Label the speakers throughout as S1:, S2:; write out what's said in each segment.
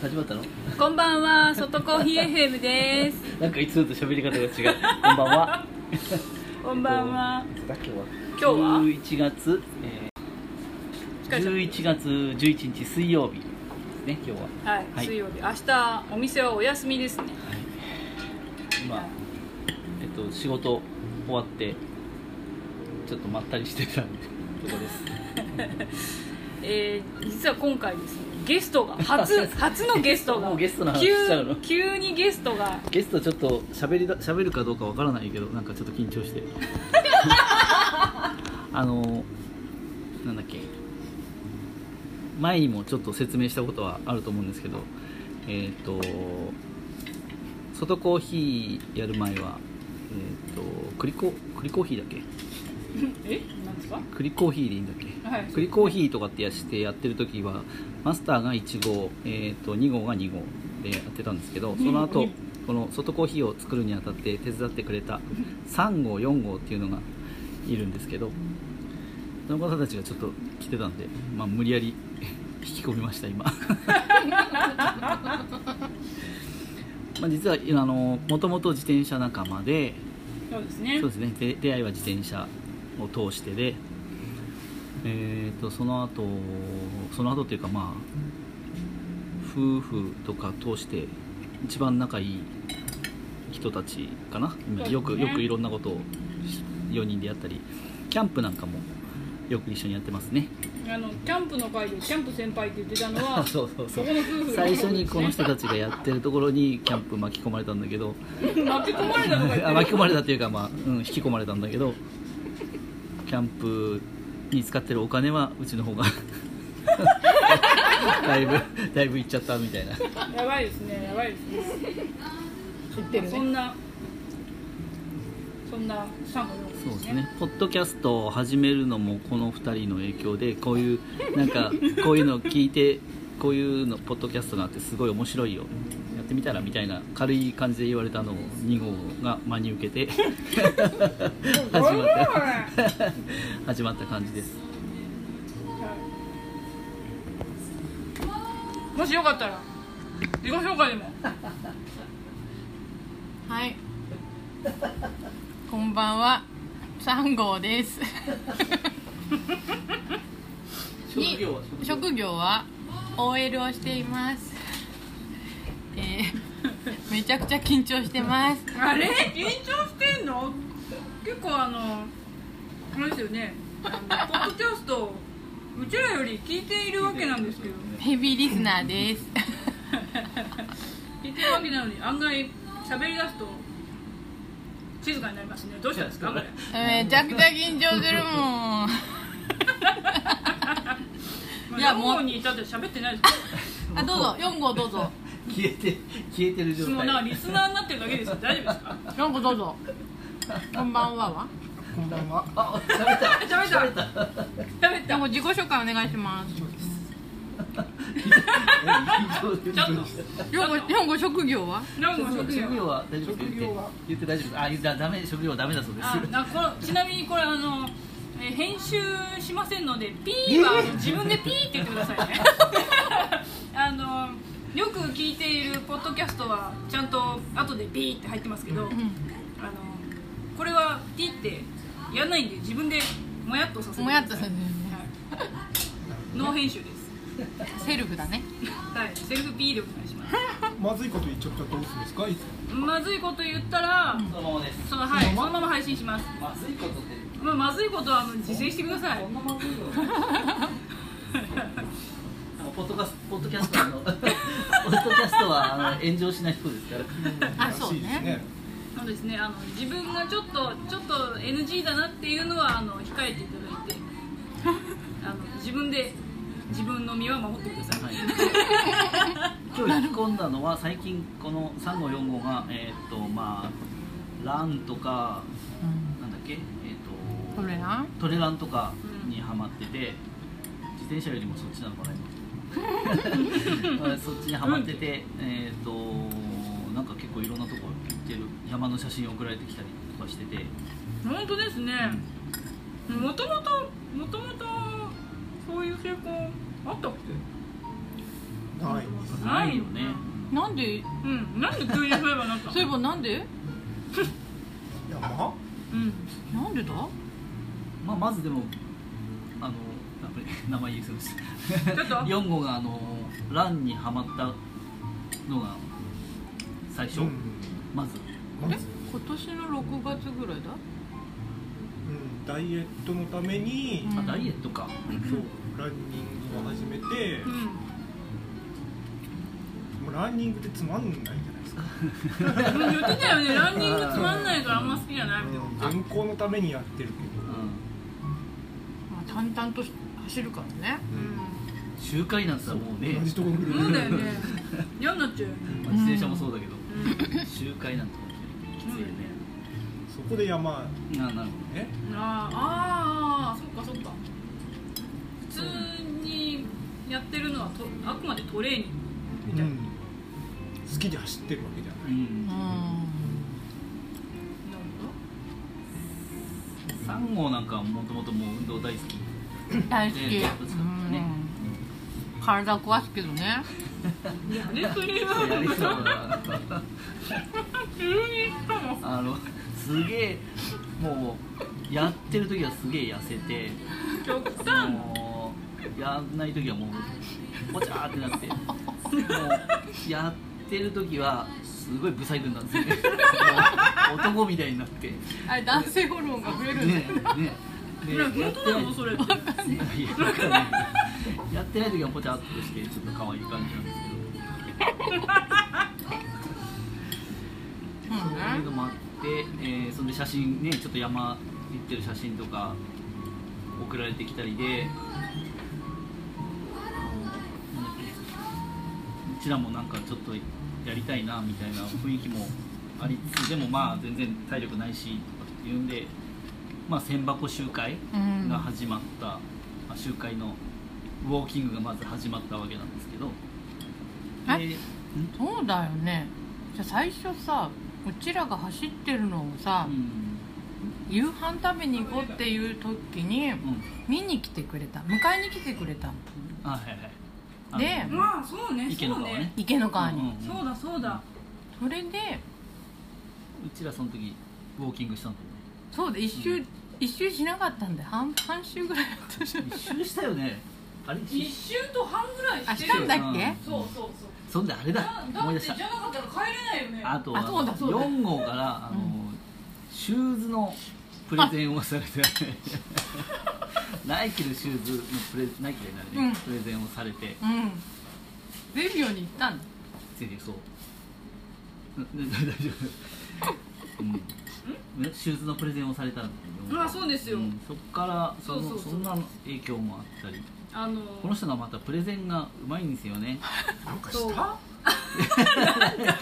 S1: 始まったの
S2: こんばんは、外コーヒー FM です。
S1: なんかいつもと喋り方が違うこんばんは
S2: こんばんは。
S1: えっといつだっけ今
S2: 今日は
S1: 11月、え
S2: 疲れちゃっ
S1: ー、11月11日水曜日ですね今日は、
S2: たはい、
S1: はい
S2: 水曜日。明日お店はお休みですね。
S1: 今、えっと、仕事終わってちょっとまったりしてたんでそこです
S2: えー、実は今回ですね、ゲス トが初初のゲストが
S1: もうゲストの話しちゃうの
S2: 急急にゲストが
S1: ゲストちょっと喋りだ喋るかどうかわからないけどなんかちょっと緊張してあのなんだっけ前にもちょっと説明したことはあると思うんですけどえっ、と外コーヒーやる前はえっ、と栗コ栗コーヒーだっけ
S2: えなんですか？
S1: 栗コーヒーでいいんだっけ
S2: はい。
S1: 栗コーヒーとかってやしてやってる時はマスターが1号、えー、と2号が2号でやってたんですけどその後この外コーヒーを作るにあたって手伝ってくれた3号4号っていうのがいるんですけどその方たちがちょっと来てたんで、まあ、無理やり 引き込みました今まあ実はあのもともと自転車仲間で
S2: そうですね
S1: そう。ですねで出会いは自転車を通してで、えー、とその後その後というかまあ夫婦とか通して一番仲いい人たちかな今
S2: そうですね
S1: よくよくいろんなことを4人でやったりキャンプなんかもよく一緒にやってますね
S2: あのキャンプの会でキャンプ先輩って言ってた のは。
S1: そうそう
S2: そこの夫婦
S1: 最初にこの人たちがやってるところにキャンプ巻き込まれたんだけど
S2: 巻き込まれたの が
S1: あ巻き込まれたというか、まあうん、引き込まれたんだけどキャンプに使ってるお金はうちの方が だいぶだいぶいっちゃったみたいな
S2: やばいですねやばいですね
S3: 言ってる
S2: そ
S3: ね
S2: んなそんな三号四
S1: そう
S2: 号
S1: ですねポッドキャストを始めるのもこの2人の影響でこういうなんかこういうのを聞いてこういうのポッドキャストがあってすごい面白いよやってみたらみたいな軽い感じで言われたのを2号が真に受けて 始まった始まった感じです
S2: はいもしよかったら自己紹介で も
S3: はいこんばんは三号ですに職業は OL をしていますえーめちゃくちゃ緊張してます
S2: あれ緊張してんの結構あのあれですよねあのポッドキャストうちらより聞いているわけなんですけど
S3: ヘビーリスナーです
S2: 聞いてるわけなのに案外喋り出すと静かになりますねどうしたんですかこれ
S3: めちゃくちゃ緊張するも
S2: ま
S3: ん
S2: あ
S3: いやもう
S2: 四号に至って喋ってない です
S3: あどうぞ4号どうぞ
S1: 消えて消えてる状
S2: けどもうなんか
S1: 態
S2: リスナーになってるだけですよ大丈夫ですか
S3: 4号どうぞこんばんははこんばんは
S1: あ喋った
S2: 喋った喋っ
S3: で
S2: た
S3: も自己紹介お願いします
S1: ち
S2: ょっと
S3: 日本語日本語職業は
S2: 何も職
S1: 職
S2: 業
S1: 業は大丈夫言って言って大丈夫ですあ言ったダメ職業はダメだそうです
S2: あなこのちなみにこれあの、えー編集しませんのでピーは自分でピーって言ってください ねあのよく聞いているポッドキャストはちゃんと後でピーって入ってますけど、あのこれはピーってやらないんで自分でもやっとさせて
S3: もやっとする
S2: はいノー編集です
S3: セルフだね
S2: はいセルフピーでお願いします
S4: まずいこと言っちゃったらどうするんですかいつも
S2: まずいこと言ったら、
S1: そのままです
S2: そのはいそのまま配信します
S1: まずいことって
S2: まあ、まずいことはあの自制してください
S1: こんなまずいのポッドカスポッドキャストはあの ポッドキャストはあの炎上しない人ですから
S3: あそうね
S4: らしいです
S2: そうですねあの自分がちょっとちょっと NG だなっていうのはあの控えていただい てあの自分で自分の身は守ってください、
S1: はい、今日引き込んだのは最近この3号4号がえーっとまあランとかなんだっけえーっと
S3: これな
S1: トレランとかにハマってて自転車よりもそっちなのかな今 そっちにハマっててえーっとなんか結構いろんなとこ行ってる山の写真送られてきたりとかしてて
S2: 本当ですねもともともともとそういう傾向あったっけ
S4: ねない
S1: ないよね
S3: なんで
S2: うんなんで急にそういえばなった
S3: そういえばなんで
S4: 山
S2: うん
S3: なんでだ
S1: まあまずでもあのやっぱり 名前言いそうです
S2: ちょっと
S1: 4号があのランにはまったのが最初、
S4: うん
S1: まず
S3: あれ今年の6月ぐらいだ
S4: うんダイエットのために
S1: あダイエットか
S4: そうランニングを始めて
S2: う
S4: もうランニングってつまんないじゃないですか
S2: んうん言ってたよねランニングつまんないからあんま好きじゃないみたいな
S4: 健康のためにやってるけ
S1: う
S4: ど
S1: ん
S3: まあ、淡々とし走るからね
S1: 周回なんてさもうね
S4: 同じところ
S2: そうだよね 嫌になっちゃうよね
S1: まあ自転車もそうだけど
S2: うんうん
S1: 周回なんてきついよね
S4: そこで山
S1: あなるほ
S4: ね
S2: あーあーそっかそっか普通にやってるのはとあくまでトレーニングみたいな、
S4: うん好きで走ってるわけじゃ
S1: ど、うん
S3: うん、
S2: なる
S1: 3号なんかはもともともう運動大好き
S3: 大好き、
S1: ねどっちかってね
S3: うん体壊すけどね
S2: ほどやりすぎ
S1: そうやりそうだ
S2: る
S1: な
S2: 急にしかも
S1: あのすげえもうやってる時はすげえ痩せて
S2: 極端
S1: もうやんない時はもうポチャーってなってもうやってる時はすごいブサイクになってねもう男みたいになってね
S3: あれ男性ホルモンが増えるんだよ、
S1: ねね
S2: いや本当だよそれって
S1: いやいやなんかねやってない時はポチャっとしてちょっと可愛い感じなんですけど
S3: うん
S1: そういう
S3: ね
S1: のもあって、えーそんで写真ねちょっと山行ってる写真とか送られてきたりでなんだっけうちらもなんかちょっとやりたいなみたいな雰囲気もありつつでもまあ全然体力ないしとかっていうんで、まあ、千箱集会
S3: うん
S1: が始まった、まあ集会のウォーキングがまず始まったわけなんですけど。
S3: え
S1: で
S3: そうだよねじゃあ最初さうちらが走ってるのをさ、
S1: うん
S3: 夕飯食べに行こうっていう時に
S1: うん
S3: 見に来てくれた迎えに来てくれたの
S1: あはいはいあの
S3: で
S2: まあそうね
S1: 池の
S2: そう
S1: 川ね
S2: ね
S3: 池の川に、
S1: うんうんうん
S2: そうだそうだ
S3: それで
S1: うちらその時ウォーキングしたんだよね
S3: そうだ一
S1: う
S3: 周、
S1: ん
S3: 一周しなかったんで半半周ぐらいやったじゃん
S1: 一周したよねあれ
S2: 一周と半ぐらい
S3: あ
S2: し
S3: してた
S2: る
S3: ん
S2: よ
S3: だっけ、
S1: うん
S2: そうそうそう
S1: そんであれだ
S2: だだ
S1: 思い
S2: っ
S1: 出
S2: て
S1: し
S2: じゃ
S1: た
S2: なかったら帰れないよね
S1: あと
S3: あそうだそうだ
S1: 4号からあの、
S3: う
S1: シューズのプレゼンをされて ナイキのシューズのプレナイキじゃないね、
S3: うん
S1: プレゼンをされて
S3: うんゼビオに行ったんだ
S1: ついてそうなな大丈夫、うん、ねシューズのプレゼンをされたんだよ
S2: あそうですよ
S1: んそっからその
S2: そうそうそう
S1: そんな影響もあったり
S2: あの
S1: この人がまたプレゼンがうまいんですよ ね
S4: んなんか
S2: そう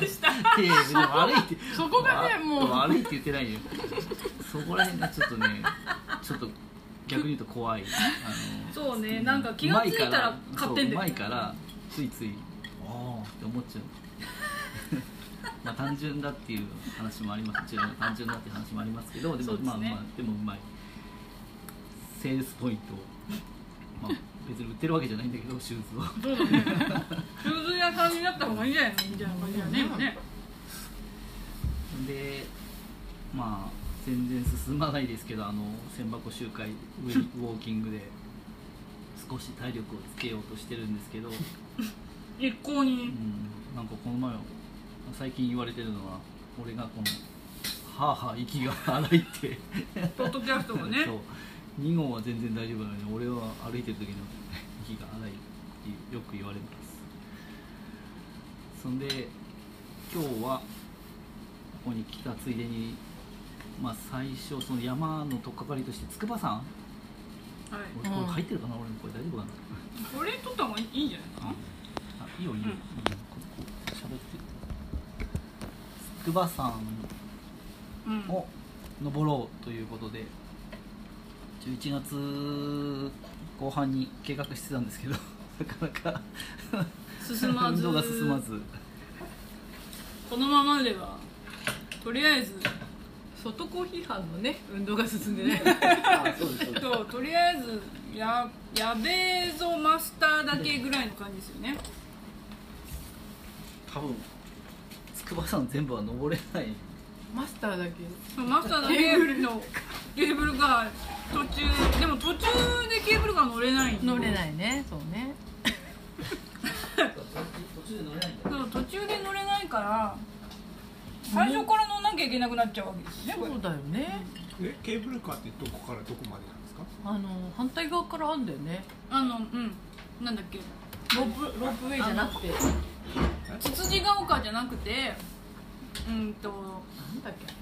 S4: した
S1: ってでも悪いって
S3: そこがねもう
S1: 悪いって言ってないよそこら辺がちょっとねちょっと逆に言うと怖いあ
S2: そうね
S1: の
S2: なんか気がついたら
S1: うまいから
S2: 買って
S1: そう
S2: んだ
S1: う
S2: よ
S1: まいからついついああって思っちゃう まあ単純だっていう話もありますこちらが単純だっていう話もありますけどで
S2: そ
S1: も
S2: うですね
S1: まあまあでもうまいセールスポイントをまあ別に売ってるわけじゃないんだけどシューズを
S2: そうだねシューズ屋さんになった方がいいんじゃないのみたいな感じだね今ね
S1: でまあ全然進まないですけどあの千箱集会ウェイウォーキングで少し体力をつけようとしてるんですけど、う
S2: 一向に
S1: ん、なんかこの前最近言われてるのは俺がこのはあはあ息が荒いって
S2: ポッドキャストがね
S1: そう2号は全然大丈夫なのに俺は歩いてる時の息が荒いってよく言われますそんで今日はここに来たついでにまあ最初その山の取っかかりとして筑波山
S2: はい
S1: 俺これ入ってるかな、俺のこれ大丈夫かな
S2: これ取った方がいいんじゃないかな
S1: あいいよいいよ、
S2: うん
S1: うん、ここ喋って筑波山
S2: うん
S1: を登ろうということで11月後半に計画してたんですけど なかなか
S2: 進まず
S1: 運動が進まず
S2: このままではとりあえず
S3: 外コーヒー班のね運動が進んでね
S2: ととりあえずややべえぞマスターだけぐらいの感じですよね
S1: 多分筑波山全部は登れない
S3: マスターだけ
S2: マスターのケーブル のケーブルが途中でも途中でケーブルが乗れない
S3: 乗れ
S2: い
S3: ないねそうね
S1: 途中で乗れないんだ
S2: そう途中で乗れないから最初から乗んなきゃいけなくなっちゃうわけですねこれ
S3: そうだよね
S4: えケーブルカーってどこからどこまでなんですか
S3: あの反対側からあんだよね
S2: あのうんなんだっけ
S3: ロープロープウェイじゃなくてな
S2: つつじが丘じゃなくてうんと
S3: んだっけ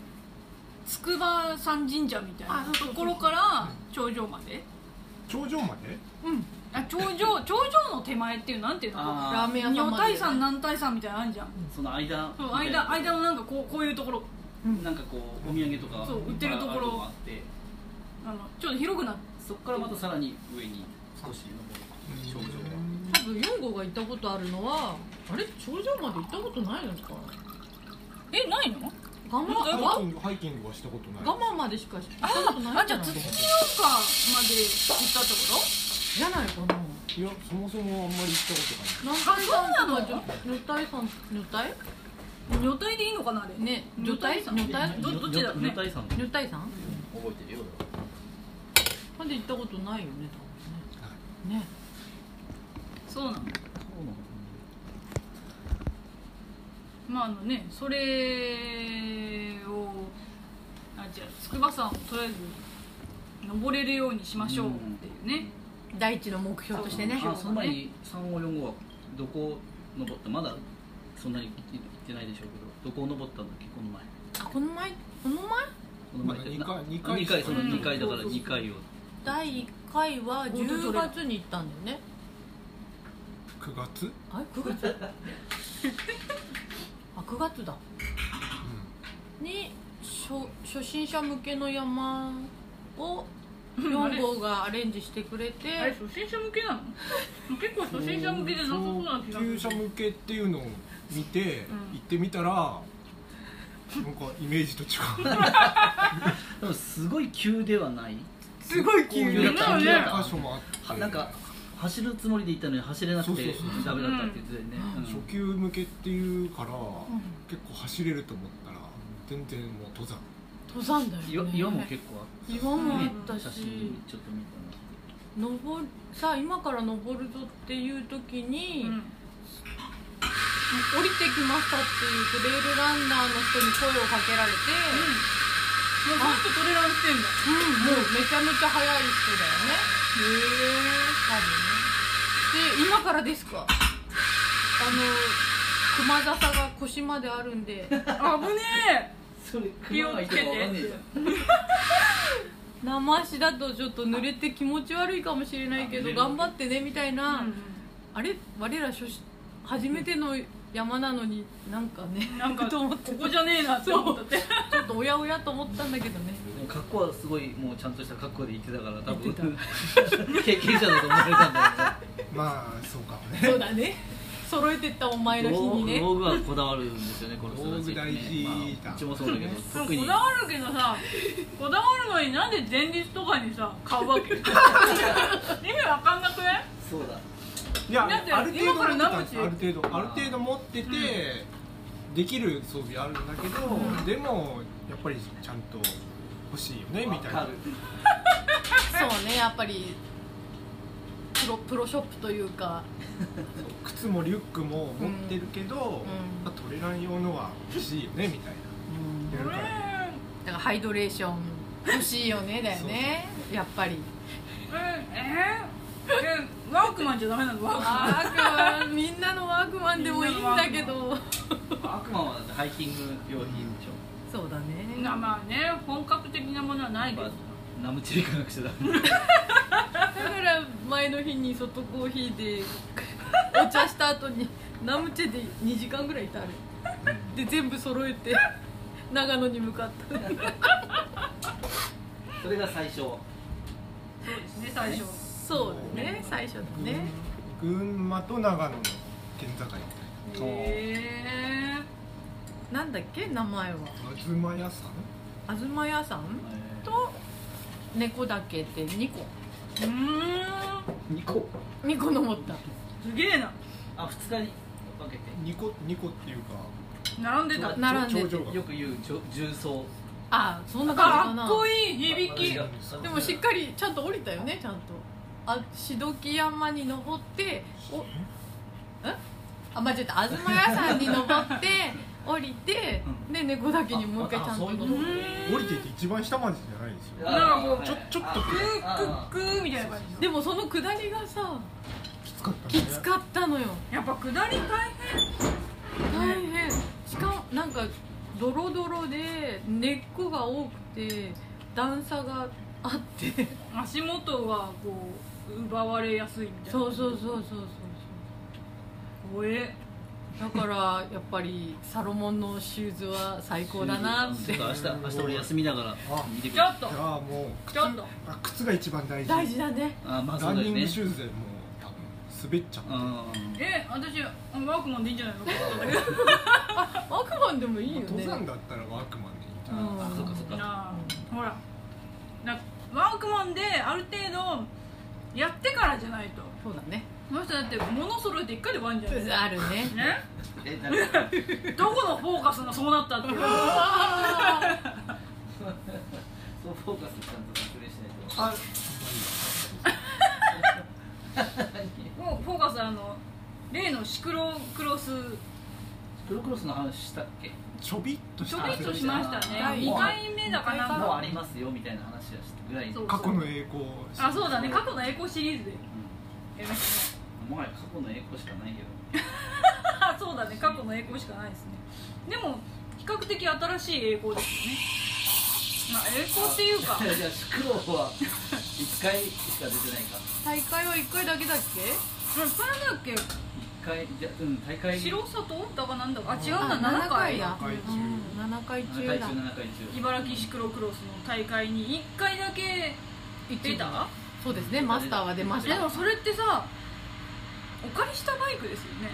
S2: 筑波山神社みたい
S3: あ
S2: な
S3: そうそうそう
S2: ところから頂上まで
S4: 頂上まで
S3: うん
S2: あ頂 上頂上の手前っていうなんていうの
S1: あー
S3: ラーメン屋さん
S2: 女
S3: まで
S2: 体山南体山みたいなのあるじゃん
S1: その間
S2: そう間間のなんかこうこういうところ
S1: なんかこうお土産とか
S2: そう売ってるところ
S1: があって
S2: あのちょっと広くなっ
S1: そこからまたさらに上に少し登る頂上が
S3: 多分4号が行ったことあるのはあれ頂上まで行ったことないのか
S2: えないの
S3: 我慢
S4: ハイ
S3: 我
S4: キングハイキングはしたことない
S3: 我慢までしか行ったことない
S2: あ
S3: ん
S2: じゃあ
S3: じゃない
S2: 土
S3: か
S2: 地
S3: な
S2: 丘まで行ったってこ
S3: じゃないかない
S4: やそもそもあんまり行ったことない
S3: 何回
S2: あそうなの
S3: 女体さん女体
S2: と女体でいいのかなあれ
S3: ね女体
S2: 女体
S3: 女
S2: どどっちだろうね
S1: 女体山
S3: 女体さん
S1: 覚えてるよ
S3: まで行ったことないよね多分ねね
S2: そうなのまああのねそれをあじゃあ筑波山をとりあえず登れるようにしましょうっていうね、
S3: 第一の目標としてね
S1: あその前に3号4号はどこを登ったまだそんなに行って行ってないでしょうけどどこを登ったんだっけこの前
S3: あこの前この前
S1: この前って
S4: まだ二
S1: な
S4: 回
S1: 二回
S4: 二回
S1: その
S2: うん
S1: 2回だから
S3: そうそうそ
S1: 2
S3: う
S1: 回を
S3: 第一回は10月に行ったんだよね
S4: 9月
S3: あれ9 月あ9月だに初初心者向けの山を4号がアレンジしてくれて
S2: あれ初心者向けなの結構初心者向けでなさそうな気がす
S4: 級
S2: る
S4: 者向けっていうのを見て
S2: ん
S4: 行ってみたらなんかイメージと違
S1: でもすごい急ではない、
S3: すごいう
S4: こう
S1: 急
S4: いう
S1: だったね
S4: 箇所もあっ
S1: は
S4: て
S1: なんか走るつもりで行ったのに走れなくて
S4: そうそうそう
S1: ダメだったって言ってたよね、うん
S4: 初級向けっていうから結構走れると思ったら全然もう登山
S3: 登山だよ、ね、
S1: 岩岩も結構あっ
S3: 岩もあったた
S1: 写
S3: し
S1: 真ちょっと見たな
S3: 登るさあ今から登るぞっていう時に、
S2: うん
S3: 降りてきましたっていうトレイルランナーの人に声をかけられて、
S2: もうずっとトレランしてんだ
S3: もうめちゃめちゃ速い人だよねへえ多分ねで今からですかあの熊笹が腰まであるんで
S2: 危ね
S1: それ
S2: 気をつけて
S1: 熊がいたかわかんねえじゃん
S3: 生足だとちょっと濡れて気持ち悪いかもしれないけど
S1: あ
S3: 頑張ってねみたい
S2: え、
S3: な、あれ我ら初心初めての山なのになんかね
S2: なんか
S3: と思
S2: こ
S3: って
S2: こじゃねえなって思ったって
S3: ちょっとおやおやと思ったんだけどね
S1: でも格好はすごいもうちゃんとした格好で行ってたから多
S3: 行
S1: 分
S3: って
S1: 経験者だと思われたんだ
S4: まあそうかもね
S3: そうだね揃えてったお前
S1: よ
S3: の
S1: ね
S3: 日
S1: 道
S3: にね
S1: 道具はこだわるんですよねこの人たちね
S4: 道具大事だ
S1: まあうちもそうだけど特
S2: こ
S1: に
S2: だわるけどさこだわるのになんで前日とかにさ買うわけ 意味わかんなくね
S1: そうだ
S4: いや
S2: だって
S4: ある程
S2: 今
S4: 度
S2: から
S4: 持
S2: 何
S4: ってたん
S2: 口
S4: ですある程度ある程度持ってて、できる装備あるんだけど、でもやっぱりちゃんと欲しいよねみたい
S1: わ
S4: な
S1: かる
S3: そうねやっぱりプロプロショップというか
S4: 靴もリュックも持ってるけど、
S3: うん
S4: まあ、トレラン用のは欲しいよねみたいなやるから
S3: だからハイドレーション欲しいよねだよねやっぱり
S2: うんえーえワークマンじゃダメなのワークマン
S3: ワークマンみんなのワークマンでもいいんだけ
S2: みんな
S3: ど
S1: 悪魔はだってハイキング用品でしょ
S3: そうだね
S2: なまあね本格的なものはない
S1: やっ
S2: けど
S1: ぱナムチリ行かなくちゃダメ
S3: だから前の日に外コーヒーでお茶した後にナムチェで2時間ぐらいいたあれで全部揃えて長野に向かった
S1: それが最初
S2: そうですね最初
S3: そうだね最初だね
S4: 群馬と長野の県境みたいな
S2: へ
S3: なんだっけ名前は
S4: 東屋さん
S3: 東屋さんと猫だけって2個
S2: えうーん
S1: 2個
S3: 2個登った
S2: すげえな
S1: あ二日に分けて
S4: 2個2個っていうか
S2: 並んでた
S3: な並んでて
S4: 頂上が
S1: よく言うちょ重曹
S3: あそんな感じ
S2: か
S3: かな
S2: っこいい響き
S1: まあ
S3: でもしっかりちゃんと降りたよねちゃんとあしどき山に登っておんあ間違え た東屋さんに登って降りてで猫岳にもう一回ちゃんと
S1: あそういうこ
S2: う
S1: と
S2: ーん
S4: 降りていって一番下までじゃないですよ
S2: なんかこう
S4: ちょちょっと
S2: クークークーみたいな感じ
S3: でもその下りがさ
S4: きつかった
S3: きつかったのよ
S2: やっぱ下り大変
S3: 大変しかもなんかドロドロで根っこが多くて段差があって
S2: 足元はこう奪われやすいみたいな
S3: そうそうそう
S2: う
S3: そうそうそう
S2: 怖え
S3: だからやっぱりサロモンのシューズは最高だなって
S5: ちょっと明日明日俺休みだから
S4: あ
S5: 見てく
S2: ちょ
S5: る
S2: っと
S4: いやーもう靴
S2: ちょっと
S4: あ靴が一番大事
S3: 大事だね
S5: あまあそ
S4: ラ
S5: う
S4: ン
S5: だ
S4: ニ
S5: よ
S4: ング
S5: ね
S4: シューズでもう多分滑っちゃって
S5: うん
S2: え私ワークマンでいいんじゃないのか
S3: ワークマンでもいいよね
S4: 登山だったらワークマンでいいんじゃない
S3: うん
S5: あそっかそっか
S2: なあほらなワークマンである程度やってからじゃないと
S3: そうだね
S2: この人だって物揃えて一回で終わんじゃない
S3: あるね
S2: ね
S1: えなんか
S2: どこのフォーカスがそうなったっていう
S1: そうフォーカスちゃんと確認しないと
S4: あ
S2: もうフォーカスあの例のシクロクロス
S1: プロクロスの話したっけ
S4: ちょびっとし
S2: ち
S4: た
S2: ょびっとしました
S1: あ
S2: ね
S1: そう
S2: 2回目だかなん
S1: もうあ
S2: か
S1: りますよみたいな話はしたぐらい
S2: そう
S4: 過去の栄光
S2: あそうだね過去の栄光シリーズで やりましたね
S1: うんもはや過去の栄光しかないけど
S2: あそうだね過去の栄光しかないですねでも比較的新しい栄光ですよねまあ栄光っていうか
S1: いやいやシクロは1回しか出てないか
S3: 大会は1回だけだっ
S2: うんそれなんだっけ
S1: 1回じゃうん大会
S2: 白里だかなんだかあ違
S3: け
S2: うな7回
S3: だ
S2: だ
S4: 回中
S3: うん7回
S1: 7
S3: 中
S1: 回
S3: だ
S1: 中7回中
S2: 茨城シクロクロスの大会に1回だけ出た
S3: そうですねマスターは出まし
S2: で
S3: た
S2: もそれってさお借りしたバイクですよね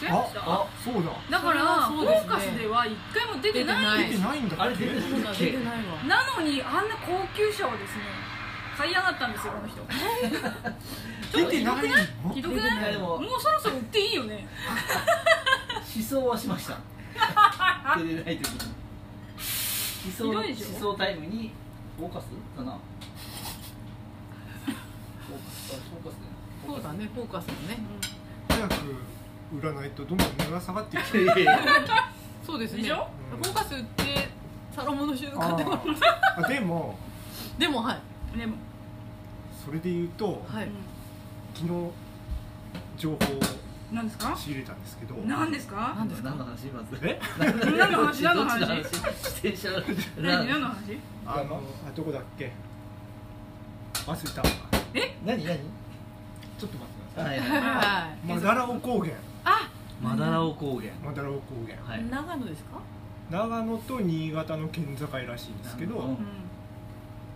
S2: 違いま
S4: あ
S2: した
S4: あそうだ
S2: だから
S3: そ
S2: フォ
S3: れはそうです
S2: ー
S3: ね
S2: カスでは1回も出てない
S4: 出てないんだっけ
S1: あれ出てない
S3: そうだ出てないわ
S2: なのにあんな高級車をですね買い上がったんですよこの人
S4: 出てないの
S2: ひどくない
S1: いやでも
S2: もうそろそろ売っていいよね
S1: 思想はしま した出てない時に思想
S2: ひどいでしょ
S1: 思想タイムにフォーカスか なフォーカスあフォーカスだよフォ
S3: そう
S1: ーカ
S3: だねフォーカスだね
S4: 早く売らないとどんどん値が下 がってきてる
S1: スいやいや
S3: そうですね
S2: でしょ
S4: うん
S3: フォーカス売ってサロモンのシューズ買
S4: あ
S3: ってもらっ
S4: ーあでも
S3: たでもはい
S2: でも、
S4: それで言うと
S3: は
S2: う
S3: い
S2: ん
S4: 昨日情報を
S2: 何ですか
S4: 仕入れたんですけど
S2: 何ですか
S3: 何ですか
S1: 何の話まず
S4: え
S2: 何の話何の話
S1: どっち自転車
S2: 何何の話
S4: あのあどこだっけ忘れた
S1: 何何
S4: ちょっと待ってください
S1: はいはい
S3: は
S4: マダラオ高原
S5: マダラオ高原
S4: マダラオ高原
S1: はいい
S3: 長野ですか
S4: 長野と新潟の県境らしいんですけど
S1: うん
S2: う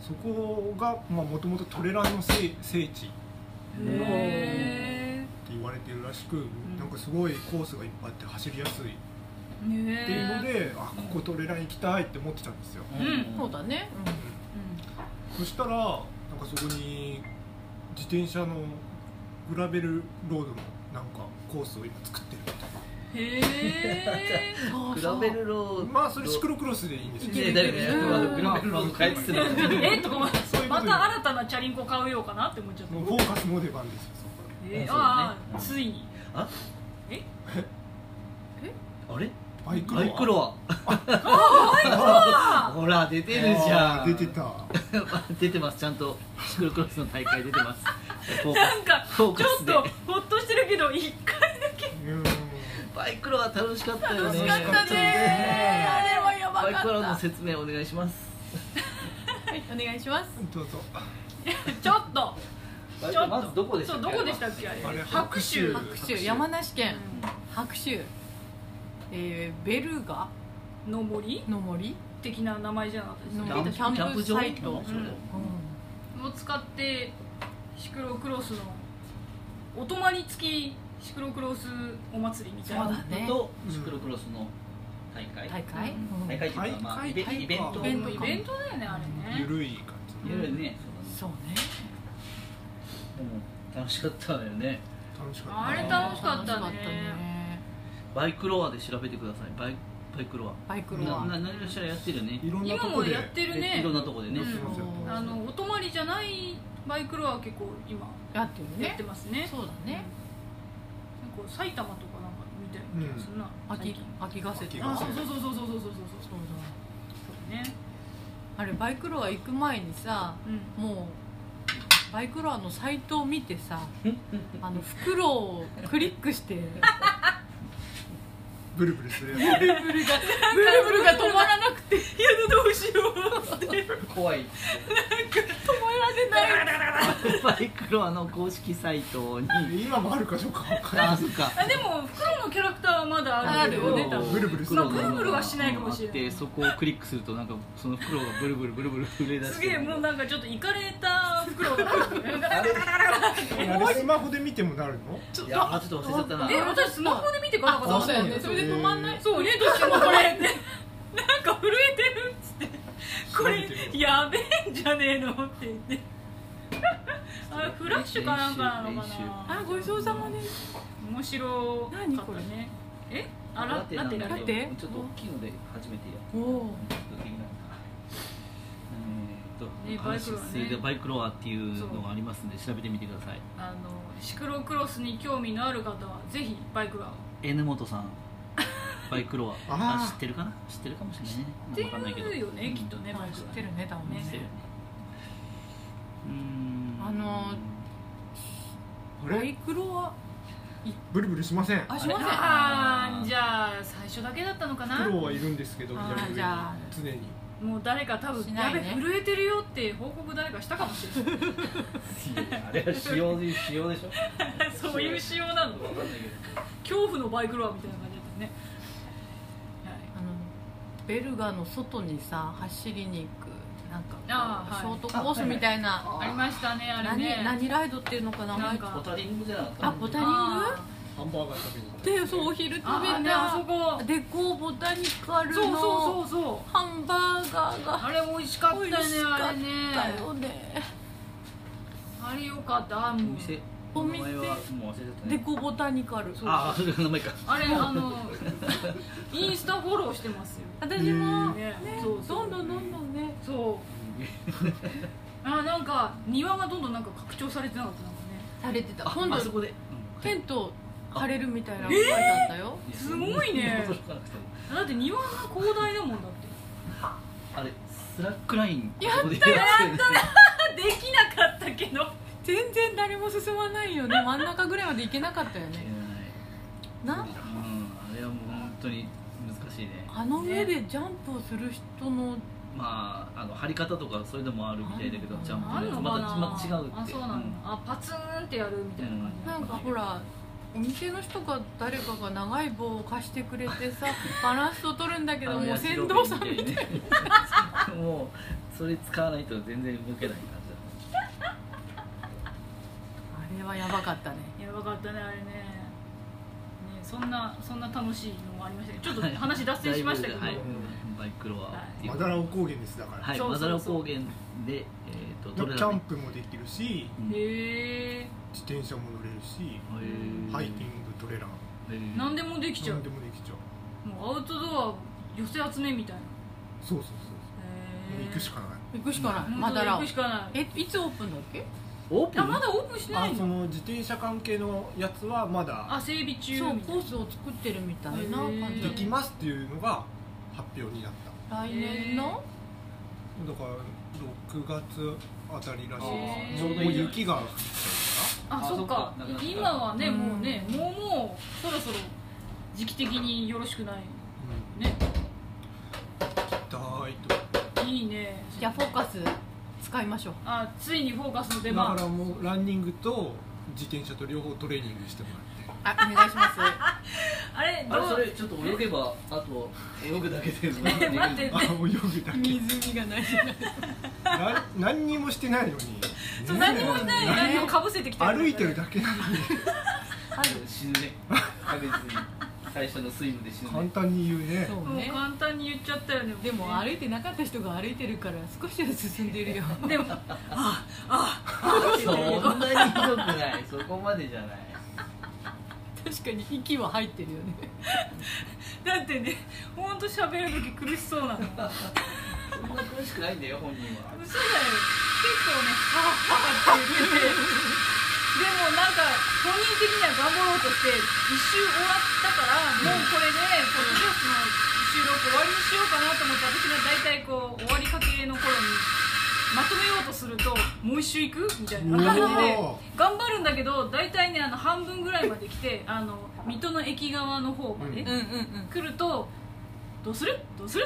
S4: そこがもともとトレランの聖聖地って
S2: んへ
S4: 言われてるらしく、なんかすごいコースがいっぱいあって走りやすい
S2: えね
S4: っていうの
S2: え
S4: で、あここトレラン行きたいって思ってたんですよ、
S2: うん
S3: そうだね
S4: そしたらなんかそこに自転車のグラベルロードのなんかコースを今作ってるみたい
S2: へえ
S3: うんそう
S1: グ
S3: そ
S1: ラ
S3: う
S1: ベルロード
S4: なまあそれシクロクロスでいいんです
S1: い
S4: よ
S1: やだよね
S3: うん
S1: グラベルロード帰ってたの
S2: えとか思って
S4: そういうこ
S2: ま
S4: と
S2: た新たなチャリンコ買うようかなって思っちゃった
S4: もうフォーカスの出番ですよそこ
S2: えー
S1: そうだ
S2: あ
S1: ね
S2: あついに
S1: あ
S2: え
S1: あれ
S4: バイクロア
S1: バイクロアほら出てるじゃ
S4: あ
S1: ん
S4: ー出て た
S5: 出てますちゃんとシクロクロスの大会出てますフォーカ
S2: なんかち
S5: フ
S2: ょ
S5: ォーカ
S2: っ
S5: スで
S2: とほっとしてるけど一回だけ
S4: うーん
S5: スバイクロア楽しかったよね
S3: 楽しかったねあれはやば
S5: バイ
S3: か
S5: クロアの
S3: っ
S5: 説明お願いします
S3: たはいお願いします
S4: どうぞ
S2: ちょっと
S1: バイ
S2: ちょ
S1: ク
S2: っと
S1: まずどこでした
S2: そ
S1: っ
S2: う
S1: け
S2: どこでしたっけあれ
S4: あれ
S2: 白州
S4: 白
S3: 白州山梨県
S1: う
S3: 白州えーベルガ
S2: の森
S3: の森
S2: 的な名前じゃなかったです
S3: の
S2: ね
S3: 森キャンプサイト
S1: キャンプ場
S2: を使ってシクロクロスのお泊まり付きシクロクロスお祭りみたいな
S3: そうだね
S1: とシクロクロスの大会
S3: 大会
S1: うん
S3: うん
S1: 大会っていうかまあイベ
S4: 大会
S1: イベント
S2: イ
S4: イベ
S2: ベ
S4: ン
S2: ン
S4: ト
S2: ト
S3: か
S2: だよねあれ
S4: ゆ
S2: ね
S4: るい感じ
S1: いろいろね
S3: そうね
S1: そうだねでも楽しかったよね
S4: 楽しかった
S2: あれ楽しかったね
S3: 楽しかったね
S1: バイクロアで調べてくださいバイバイクロア
S3: バイクロ
S1: な
S3: ア
S1: な何かしらやってるよね
S4: いろんなと
S2: 今
S4: こ
S2: も
S4: で
S2: やってる
S1: い
S2: ね
S1: ろんなとこでね、
S4: や
S2: う
S4: って
S2: ん
S4: ますやってます
S2: あのお泊まりじゃないバイクロア結構今
S3: やってる
S2: やっ
S3: ね
S2: てますね
S3: そうだね
S2: なんか埼玉とかなんかみたいな気がするな、最
S3: 秋
S2: 近
S3: 秋ヶ瀬と
S4: 秋ヶ
S3: か
S2: あ
S4: 瀬
S2: そうそうそうそうそうそうそう
S3: そうだ
S2: だね
S3: あれバイクロア行く前にさ
S2: うん
S3: もうバイクロアのサイトを見てさあの袋をクリック して
S4: ブルブルするやつ
S3: ブルブルがブルブルが止まらなく ていやどうしよう
S1: 怖い
S3: 止まらせない
S1: バイクロアの公式サイトに
S4: 今もあるかどうかわかんない
S1: あそっか
S2: あでも袋のキャラクターはまだあるよね多分
S4: ブルブルす
S1: す
S4: る
S1: る
S4: まあブ
S2: ルブルはしないかもしれない
S1: でそこをクリックするとなんかその袋がブルブルブルブル震え出して
S2: すげえもうなんかちょっといかれた袋がある
S4: あれスマホで見てもなるの
S1: いやーちょっと忘れちゃったな
S2: え私スマホで見てこなかった
S3: あそうだよねそれで止まんない
S2: そうねどっち もこれなんか震えてるっつってこれやべえんじゃねえのって言って あフラッシュかなんかなの
S1: 練
S2: か
S1: 習練
S2: な
S3: あごちそうさまです
S2: 面白かった
S3: 何これ
S2: ねえあ
S1: ラ
S2: ら
S1: テ
S2: な
S1: な
S2: っ
S1: ん
S2: て
S1: だ
S2: な
S1: け
S2: っ
S1: ど
S2: て
S3: ラテ
S1: ちょっと大きいので初めてや
S3: おお
S1: ちょっとできないかなえ
S2: ね
S1: ーと話するでバイクロアっていうのがありますんで調べてみてください
S2: あのシクロクロスに興味のある方はぜひバイクが
S1: N 本 さんバイクロア
S4: あー
S1: あ知ってるかな知ってるかもしれないね
S2: って
S1: わかんないけど
S2: るよねきっとねバイ
S3: 知
S2: ク
S3: っ
S2: は
S3: てるね多分
S1: 知
S3: ね
S1: ってるよねうーん
S3: あのー
S4: あ
S3: バ
S4: れ
S3: イクロア
S4: ブルブルしません
S3: あしませんあ
S2: あーじゃあ最初だけだったのかな
S4: 黒はいるんですけど
S2: あー
S4: 左上に
S3: じゃあ
S4: 常に
S2: もう誰か多分、
S3: しな
S2: や
S3: い
S2: べ
S3: ね
S2: 震えてるよって報告誰かしたかもしれない
S1: いやあれは仕様で仕様で しょ
S2: そういう仕様な
S1: わ
S2: の
S1: かんないけど
S2: 恐怖のバイクロアみたいな感じだったね、はい
S3: のベルガの外にさ走りに行くなんか
S2: あー
S3: シ
S2: は
S3: ョ
S2: い
S3: ートコースみたいな
S2: ありましたねあれね
S3: 何何ライドっていうのかな
S2: なんか
S1: ポタリングじゃなかった
S3: あボタリン
S2: あ
S4: ハンバーガー食べに行っ
S3: グでそうお昼食べ
S2: ああね
S3: た
S2: あそこ
S3: デコボタニカル
S2: そうそうそ
S3: の
S2: うそう
S3: ハンバーガーが
S2: あれ美味しかったね
S3: 美味しか
S2: あ
S3: っ
S2: れね
S3: たよね
S2: あれよかった
S1: お
S2: あもう
S1: 店
S3: お店
S1: 名前はもう忘れちゃった
S3: デ
S1: ね
S3: コボタニカル
S1: ああそれが名前 か
S2: あれあのインスタフォローしてますよ
S3: 私も
S2: ね
S3: ね
S2: そうそう
S3: どんどんどんどんね
S2: そうあなんか庭がどんどんなんか拡張されてなかったなんかね
S3: されてた
S1: あ
S3: 今
S1: あそ
S3: 度
S1: こで
S3: テント張れるみたいなの書いてあったよ
S1: うん
S2: すごいね
S1: 驚かなくても
S2: だって庭が広大だもんだって
S1: あれスラックラインやったやった
S2: できなかったけど
S3: 全然誰も進まないよね真ん中ぐらいまで行けなかったよねな
S1: うんあれはもう本当に難しいね
S3: あの上でジャンプをする人の
S1: まああの張り方とかそれでもあるみたいだけど
S3: あ
S1: ジャンプ
S2: あんのかな、
S1: またまた違うって
S2: あそうなの、あパツーンってやるみたいな感じ、
S3: なんかほらお店の人か誰かが長い棒を貸してくれて さバランスを取るんだけどもう船頭さんみたい
S1: いなもうそれ使わないと全然動けない感じだった
S3: あれはやばかったね
S2: やばかったねあれねねそんなそんな楽しいのもありましたけどちょっと話脱線しましたけど、
S1: はいバイクロアって
S4: て
S1: いう
S4: マダラオ高原ですだから、
S1: はい
S2: そうそ
S1: マ
S2: うそ
S1: ダ
S2: う
S1: ラオ高原でえーと
S4: キ
S1: トレー
S4: ャ
S1: ラー
S4: ン
S1: ね
S4: プもできるし
S1: うんへ
S2: へえ
S4: 自転車も乗れるし
S1: ー
S4: ハイキングトレラン
S1: へー
S2: 何でもできちゃう
S4: 何でもできちゃう
S2: もうアウトドア寄せ集めみたいな
S4: そうそうそうそう
S2: へえ
S4: 行くしかない
S3: 行くしかない
S2: ま
S3: マダ
S2: だ
S3: ラ
S2: 行
S3: を
S2: くしかない
S3: えいつオープンだっけ
S1: オープ
S2: あ
S1: ン
S2: まだオープンしてな
S4: あ
S2: い
S4: そ
S2: の
S4: の自転車関係のやつはま
S2: あ
S4: だ
S2: 整備中み
S3: そう
S2: た
S3: コ
S2: いな
S3: ースを作ってるみたいな感
S2: へ
S4: で
S3: じ
S4: きますっていうのが発表になった
S3: 来年の
S4: だから6月あたりらしい
S2: へー
S4: ですもう雪が降っ
S2: あそっか
S1: あそっか
S2: 今はね
S3: うん
S2: もうねもうもうそろそろ時期的によろしくないね
S4: ちゃったから、うん、行きたいと
S2: いいね
S3: じゃあフォーカス使いましょう
S2: あついにフォーカスの出
S4: だか
S2: 番
S4: らもうランニングと自転車と両方トレーニングしてもらっ
S3: あお願いします
S2: あれ
S1: あれ
S2: ど
S1: そうれちょっと泳げばあと泳ぐだけで待
S2: 待って
S4: てあ泳 ぐだけ
S3: 湖がない
S4: な何にもしてないのに
S2: そう何もしないのに何もかぶせてきて
S4: 歩いてるだけなのに
S1: 死ぬね確実に最初のスイムで死ぬ
S4: 簡
S1: ね
S4: 単に言うね
S3: そ
S2: も
S3: う
S2: う
S3: ね
S2: 簡単に言っちゃったよね
S3: でも歩
S2: れ
S3: いてなかった人が歩いてるから少しは進んでるよ
S2: でもああ
S1: そんなにひどくないそこまでじゃない
S3: 確かに息は入ってるよね
S2: だってねほんと喋る時苦しそうなの嘘だよ結
S1: そ
S2: 構ねは
S1: んな苦しくないんだよ本人 は
S2: あはあって言っててでもなんか本人的には頑張ろうとして一周終わったからもうこれでポッドキャストの収録終わりにしようかなと思って私が大体こう終わりかけの頃にまとめようとするともう一周行くみたいな感じで
S4: おー
S2: 頑張るんだけど大体ねあの半分ぐらいまで来てあの水戸の駅側の方まで、
S4: うん
S3: うんうん
S2: 来るとどうするどうする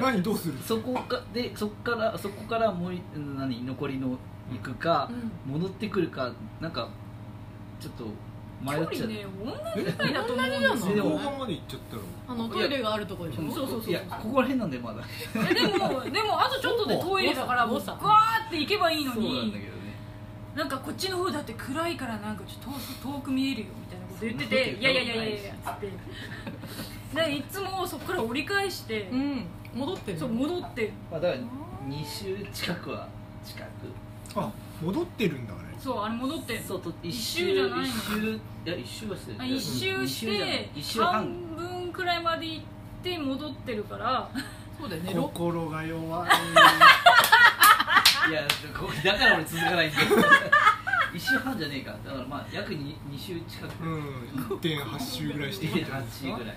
S4: 何どうする
S1: そこかでそこからそこからもういうん何残りの行くか、戻ってくるかなんかちょっと
S2: 距
S1: 迷っちゃう、
S2: 離ね
S4: え
S2: 同じぐらいだと思うんです
S1: それで
S4: 後
S1: も
S4: 半まで行っちゃったら
S3: あのトイレがあるとこでしょ
S1: ん
S2: そうそうそう
S1: いやここら辺なんだよまだ
S2: えでもでもあとちょっとでトイレだからも
S3: 誤
S2: う
S3: 差
S2: ガーって行けばいいの
S1: そうなんだけ
S2: に
S1: どね
S2: なんかこっちの方だって暗いからなんかちょっと遠く遠く見えるよみたいなこと言って
S1: そんな
S2: て
S1: こ
S2: い
S1: と
S2: やいや
S1: 言
S2: い
S1: っ
S2: や
S1: た
S2: い
S1: こと
S2: や
S1: ないです
S2: いやっつってでいつもそこから折り返して
S3: うん戻ってる
S2: そう戻って
S1: まあだから2周近くは近く
S4: あ戻ってるんだあれ
S2: そうあれ戻って
S1: そうと1
S2: 一周じゃないの
S1: 1周いや1周はしてる
S2: あ一周して
S1: 1周
S2: 半
S1: 半
S2: 分くらいまで行って戻ってるから
S3: そうだよねろ
S4: 心が弱い
S1: いやこだから俺続かないんだよ1周半じゃねえかだからまあ約 2, 2周近く
S4: うん1.8周ぐらいしてるんじゃない
S1: 8
S4: です
S1: 周
S4: か
S1: ぐらい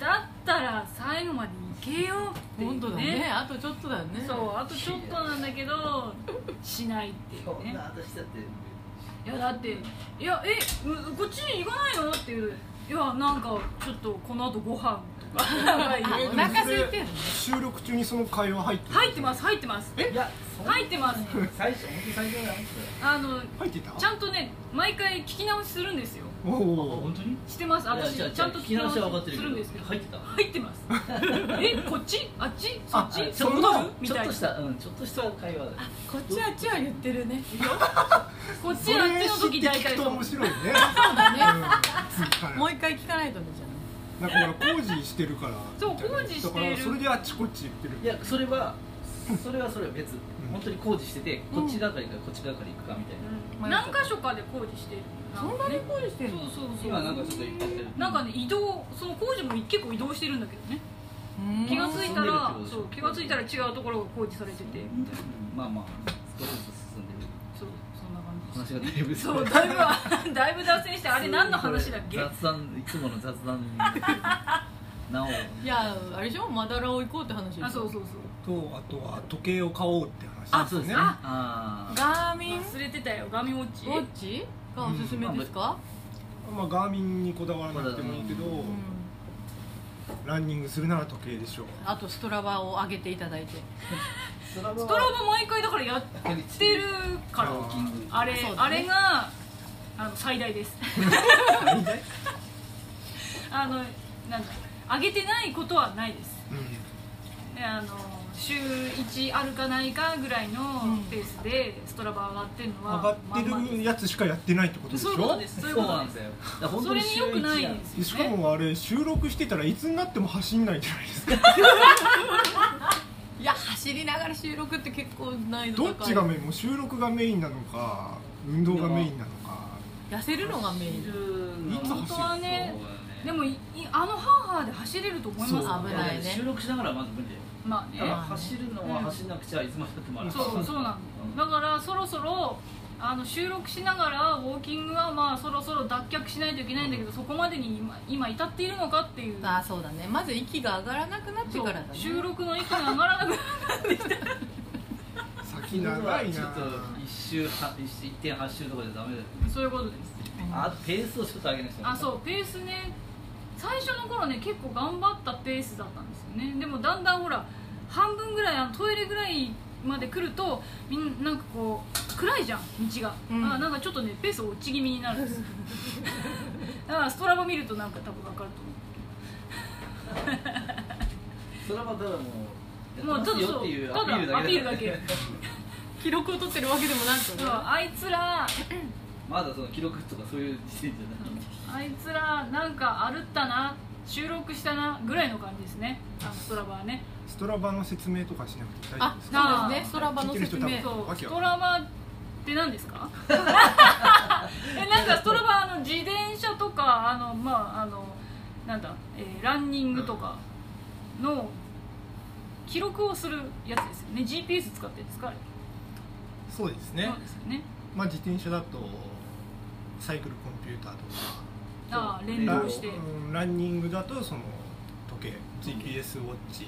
S2: だったら最後まで行けよっていう
S3: 本当だねあとちょっとだよね
S2: そうあとちょっとなんだけどしないってい
S1: こ
S2: うんね
S1: な私だって
S2: いやだって「いやえうこっちに行かないの?」っていう「いやなんかちょっとこの後ご飯 とかなんか
S3: お
S2: いい
S3: 腹空いてるの
S4: 収録中にその会話入ってる
S2: 入ってます入ってます
S1: いやそん
S2: 入ってます
S1: 最初本当に最初だよ
S2: あの
S4: 入ってた
S2: ちゃんとね毎回聞き直しするんですよ
S4: お
S1: あ
S4: お
S1: 本当に
S2: してます私
S1: いやじ
S2: ちゃんと
S1: 聞き直しは分かってる
S2: す
S1: け
S2: るん
S1: ど
S2: ですけど
S1: 入ってた
S2: 入ってますえこっちあっちそ
S1: あ
S2: っち
S1: ちょっとし
S2: そこ
S1: た
S2: だみ
S1: ちょ
S2: た
S1: っ
S2: い
S1: と
S2: な
S1: したうんちょっとした会話だよ
S3: こっちあっちは言ってるね
S2: こっちあっちの時大体
S4: それ知って聞くと
S2: そう
S4: 面白いね
S3: そうだね
S4: 次から
S3: もう一回聞かないとねじゃあ
S4: なんかほら工事してるから
S2: そう工事してる
S4: だからそれであっちこっち行ってる
S1: いやそれはそれはそれは別本当に工事してて
S3: うん
S1: こっち係かこっち係行くかみたいな
S2: うん何箇所かで工事してる
S3: そんなに恋して
S2: そうん
S3: の
S2: そうそう
S1: 今なんかちょっといっぱいやってる
S2: なんかね移動その工事も結構移動してるんだけどね
S3: うん
S2: 気がついた
S1: あ
S2: ら
S1: ー
S2: そう気がついたら違うところが工事されててみたいな
S1: うんまあまあ少しずつ進んでる
S2: そうそんな感じ
S1: 話がだいぶ
S2: そうだいぶは だいぶ脱線してあれ何の話だっけ
S1: これ雑談いつもの雑談になお
S3: いやあれでしょマダラを行こうって話でしょ
S2: あそうそうそう
S4: とあとは時計を買おうって話ですね
S2: あ
S1: あー
S3: ガーミンウ
S2: 忘れてたよガミウォッチ
S3: ォッチがおすすめですか
S4: まあガーミンにこだわらなくてもいいけど、
S3: うん
S4: ランニングするなら時計でしょう
S3: あとストラバを上げていただいて
S1: ストラ
S2: ストラバ毎回だからやってるか
S4: あ
S2: ら
S4: ー
S2: あれ、
S3: そうだね
S2: あれがあの最大です あのなんだ上げてないことはないです
S4: う
S2: ねあの週1あるかないかぐらいの
S3: うん
S2: ペースでストラバ上がってるの
S4: ん、
S2: は
S4: 上がってるやつしかやってないってことでしょ
S2: そういうことですそういう
S1: そ
S2: こ
S1: う
S2: と
S1: なん
S2: です
S1: だよだから本
S2: そ
S1: 当
S2: れ
S1: に
S2: に良くないんですよ、ね、
S4: しかもあれ収録してたらいつになっても走んないじゃな いですか
S3: いや走りながら収録って結構難易
S4: ど
S3: 度
S4: っ
S3: 高
S4: ち
S3: い
S4: がメインもう収録がメインなのか運動がメインなのか
S3: 痩せるのがメイ
S1: 一
S3: ン
S1: 日
S4: いつ
S2: 本当はねで
S1: も
S2: もいいあのハーハーで走れると思います
S4: そう
S3: 危ないね
S1: 収録しながらまず無理だよ
S2: まあ
S1: だから
S2: ね
S1: 走るのは走んなくちゃいつまでたってもある
S2: そうそうなん
S1: うん
S2: だだからそろそろあの収録しながらウォーキングはまあそろそろ脱却しないといけないんだけど、そこまでに今今至っているのかっていう
S3: あそうだねまず息が上がらなくなって
S2: そう
S3: からだね
S2: 収録の息が上がらなくなる
S4: 先長い
S1: ちょっ
S4: な
S1: と一周は一周一点八周とかじゃダメだよ
S2: そういうことです
S1: あペースをちょっと上げなくちゃ
S2: あそうペースね最初の頃ね結構頑張ったペースだったんですよねでもだんだんほら半分ぐらいあのトイレぐらいまで来るとみんななんかこう暗いじゃん道が、
S3: うん
S2: あなんかちょっとねペース落ち気味になる んですよだからストラバ見るとなんか多分分かる
S1: それはただもう
S2: と思うもう
S1: や
S2: ちょ
S1: てま
S2: っ
S1: すよっ
S2: と
S1: ていう
S2: そうただア
S1: ア
S2: ピ
S1: ピー
S2: ール
S1: ル
S2: だ
S1: だ
S2: け
S1: け
S2: だ
S3: 記録を取ってるわけでもなくね
S2: からあいつら
S1: まだその記録とかそういう時点じゃない
S2: あいつらなんか歩ったな収録したなぐらいの感じですねあのストラバはね
S4: ストラバの説明とかしなくて大丈夫
S3: あ
S4: ですか
S3: そうですねストラバの説
S4: 聞いてる
S3: 明
S4: 人多分
S2: そう
S4: わ
S2: ス
S4: け
S2: ト
S4: わ
S2: ラバって何ですかえなんかストラバあの自転車あのなんだ、えーランニングとかの記録をするやつですよね GPS 使って使う
S4: そうですね
S2: そうですよね
S4: まあ自転車だとサイクルコンピューターとか
S2: ああ連
S1: 移
S2: 動
S1: 動
S2: して、うん
S4: うんランニングだとその時計 GPS ウォッチ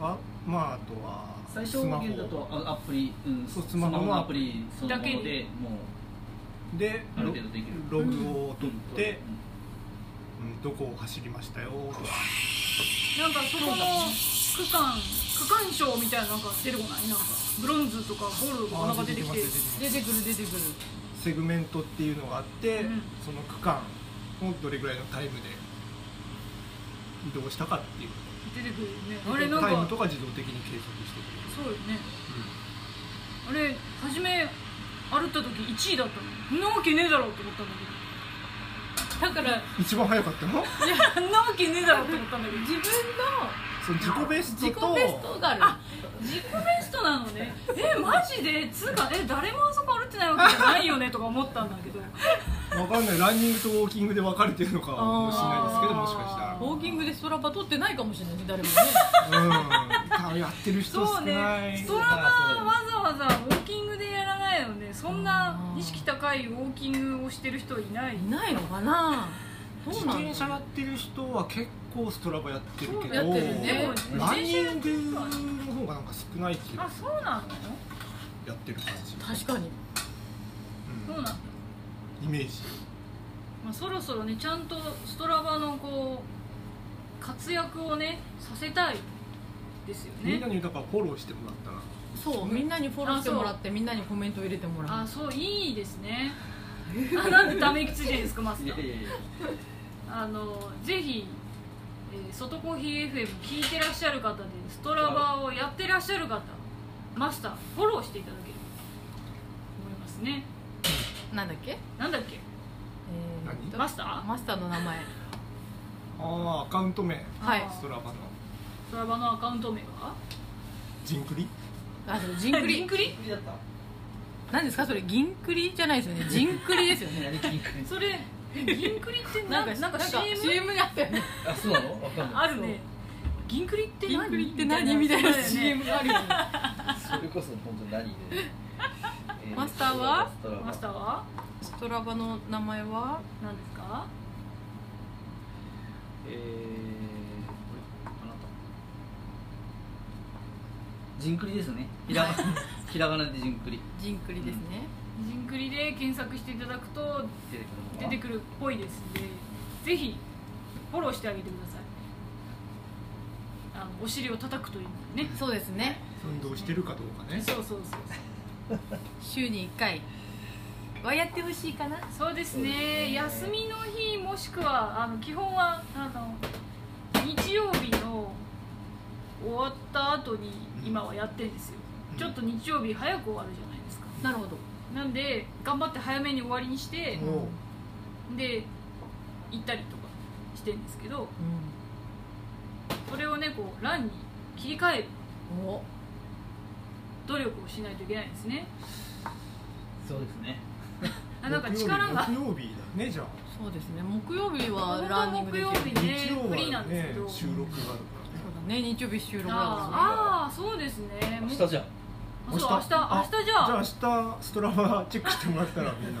S4: あまああとは
S1: 最
S4: ス
S1: 初
S4: マ
S1: の
S4: ホ
S1: ゲームだとあアプリ、うん、
S4: そう
S1: スマホ
S4: スマホの
S1: の
S4: ア
S1: ア
S4: プ
S1: プ
S4: リ
S1: リそのもの
S2: だけ
S1: で
S2: に
S1: もう
S4: で
S1: ある程度できる
S4: ロログを取って
S1: うん、
S4: うんどこを走りましたよとか
S2: なんかそこの区間区間賞みたいななんか出てこないなんかブロンズとかゴールとかなんか出てきて
S4: あー出てきます
S2: 出てくる出てくる
S4: セグメントっていうのがあって、
S2: うん
S4: その区間をどれぐらいのタイムで移動したかっていう
S2: 出てくるよねあれなん
S4: タイム
S2: か
S4: とか自動的に計測してくれる
S2: そうよねあれ初め歩った時1位だったのそんなわけねえだろうと思ったんだ
S3: だから
S4: 一番早かったの
S2: けどそんなわけねえだろうと思ったんだけど
S3: 自分の
S4: その自己ベス
S3: 自己
S4: トと
S3: ベストがある
S2: 自己ベストなの ねえマジでつうかえ誰もあそこ歩いてないわけじゃないよねとか思ったんだけど
S4: わかんないランニングとウォーキングで分かれてるのかもしれないですけ
S2: あ
S4: ど
S2: ー
S4: もしかしたら
S3: ウォーキングでストラバ取ってないかもしれないね誰もね
S4: うん多分やってる人
S2: そ
S4: 少
S2: う
S4: な
S2: ね
S4: い
S2: ストラバわざわざウォーキングでやらないよねそんな意識高いウォーキングをしてる人いない
S3: いないのかなど
S4: 自
S3: うなん
S4: 転
S3: だ
S4: 車
S3: ろう
S4: やってる人は結構ストラバやってるけ
S3: そう
S4: ど
S3: やってるね
S4: ランニングの方がなんか少ないけど
S2: あそうなの
S4: やってる感じ、
S3: 確かに
S2: そうな
S4: う
S2: んの、
S4: イメージ
S2: まあ、そろそろねちゃんとストラバのこう活躍をねさせたいですよ
S4: み
S2: ね
S4: んなにだからフォローしてもらったら
S3: そうみんなにフォローしてもらってみんなにコメント入れてもら
S2: あ
S3: う
S2: そういいですねあなんでため息ついてるんですかマス
S1: い
S2: タ
S1: やい
S2: ー
S1: やいや
S2: あのぜひ、えー、外コーヒー FM 聞いてらっしゃる方でストラバをやってらっしゃる方マスターフォローしていただければと思いますね
S3: なんだっけ
S2: なんだっけ
S3: えーっと
S2: マスター
S3: マスターの名前
S4: ああアカウント名
S3: はい
S2: あー
S4: ストラバの
S2: ストラバのアカウント名は
S4: ジンクリ
S3: あそうジンク
S2: リン
S3: リ
S2: クリ
S1: だった
S3: 何ですかそれ銀クリじゃないですよねジンクリですよね
S1: 何聞いてる
S2: それ銀クリってな
S3: なんん
S2: か
S3: か
S2: なんか CM?
S3: CM にあったよね
S1: あそうなのわかんない
S2: あるね銀クリって
S3: 銀
S2: 何
S3: クリって何みたいな CM があるよね
S1: それこそ本当 何で、え
S3: マスターは
S1: ストラバ
S2: マスターは
S3: ストラバの名前は
S2: 何ですか
S1: えー、これあなたジンクリですねひらが ひらがなでジンクリ
S3: ジンクリですね、
S2: 銀クリで検索していただくと
S1: 出てくるの
S2: 出
S1: は
S2: てくるっぽいですんでぜひフォローしてあげてくださいあのお尻を叩くというね
S3: そうですね
S4: 運動してるかどうかね
S2: そうそうそう
S3: 週に1回はやってほしいかな
S2: そうですね休みの日もしくはあの基本はあの日曜日の終わった後に今はやってんですよ
S4: うん
S2: ちょっと日曜日早く終わるじゃないですか
S3: なるほど
S2: なんで頑張って早めに終わりにして
S4: もう
S2: で行ったりとかしてんですけど
S3: う
S2: それをねこうランに切り替える
S3: んお
S2: 努力をしないといけないですね
S1: そうですね
S2: あなんか力が
S4: 木曜日木曜日だねじゃあ
S3: そうですね木曜日は
S2: 本当
S3: ラ
S2: は
S3: ンニング
S2: 木
S3: で
S2: 曜
S3: き
S2: 日
S3: る
S2: ね
S4: 日曜
S2: フリーな
S4: は
S2: んですけ
S4: ね
S2: ど
S4: 収録がある
S3: そうだね日曜日収録があ
S2: あーあーそうですね
S1: 明
S2: もう
S1: 日じゃん
S2: あそう明日明日じ
S4: あから
S2: ゃあ
S4: じゃあ明日ストラバチェックしてもらったらみん
S3: る
S4: な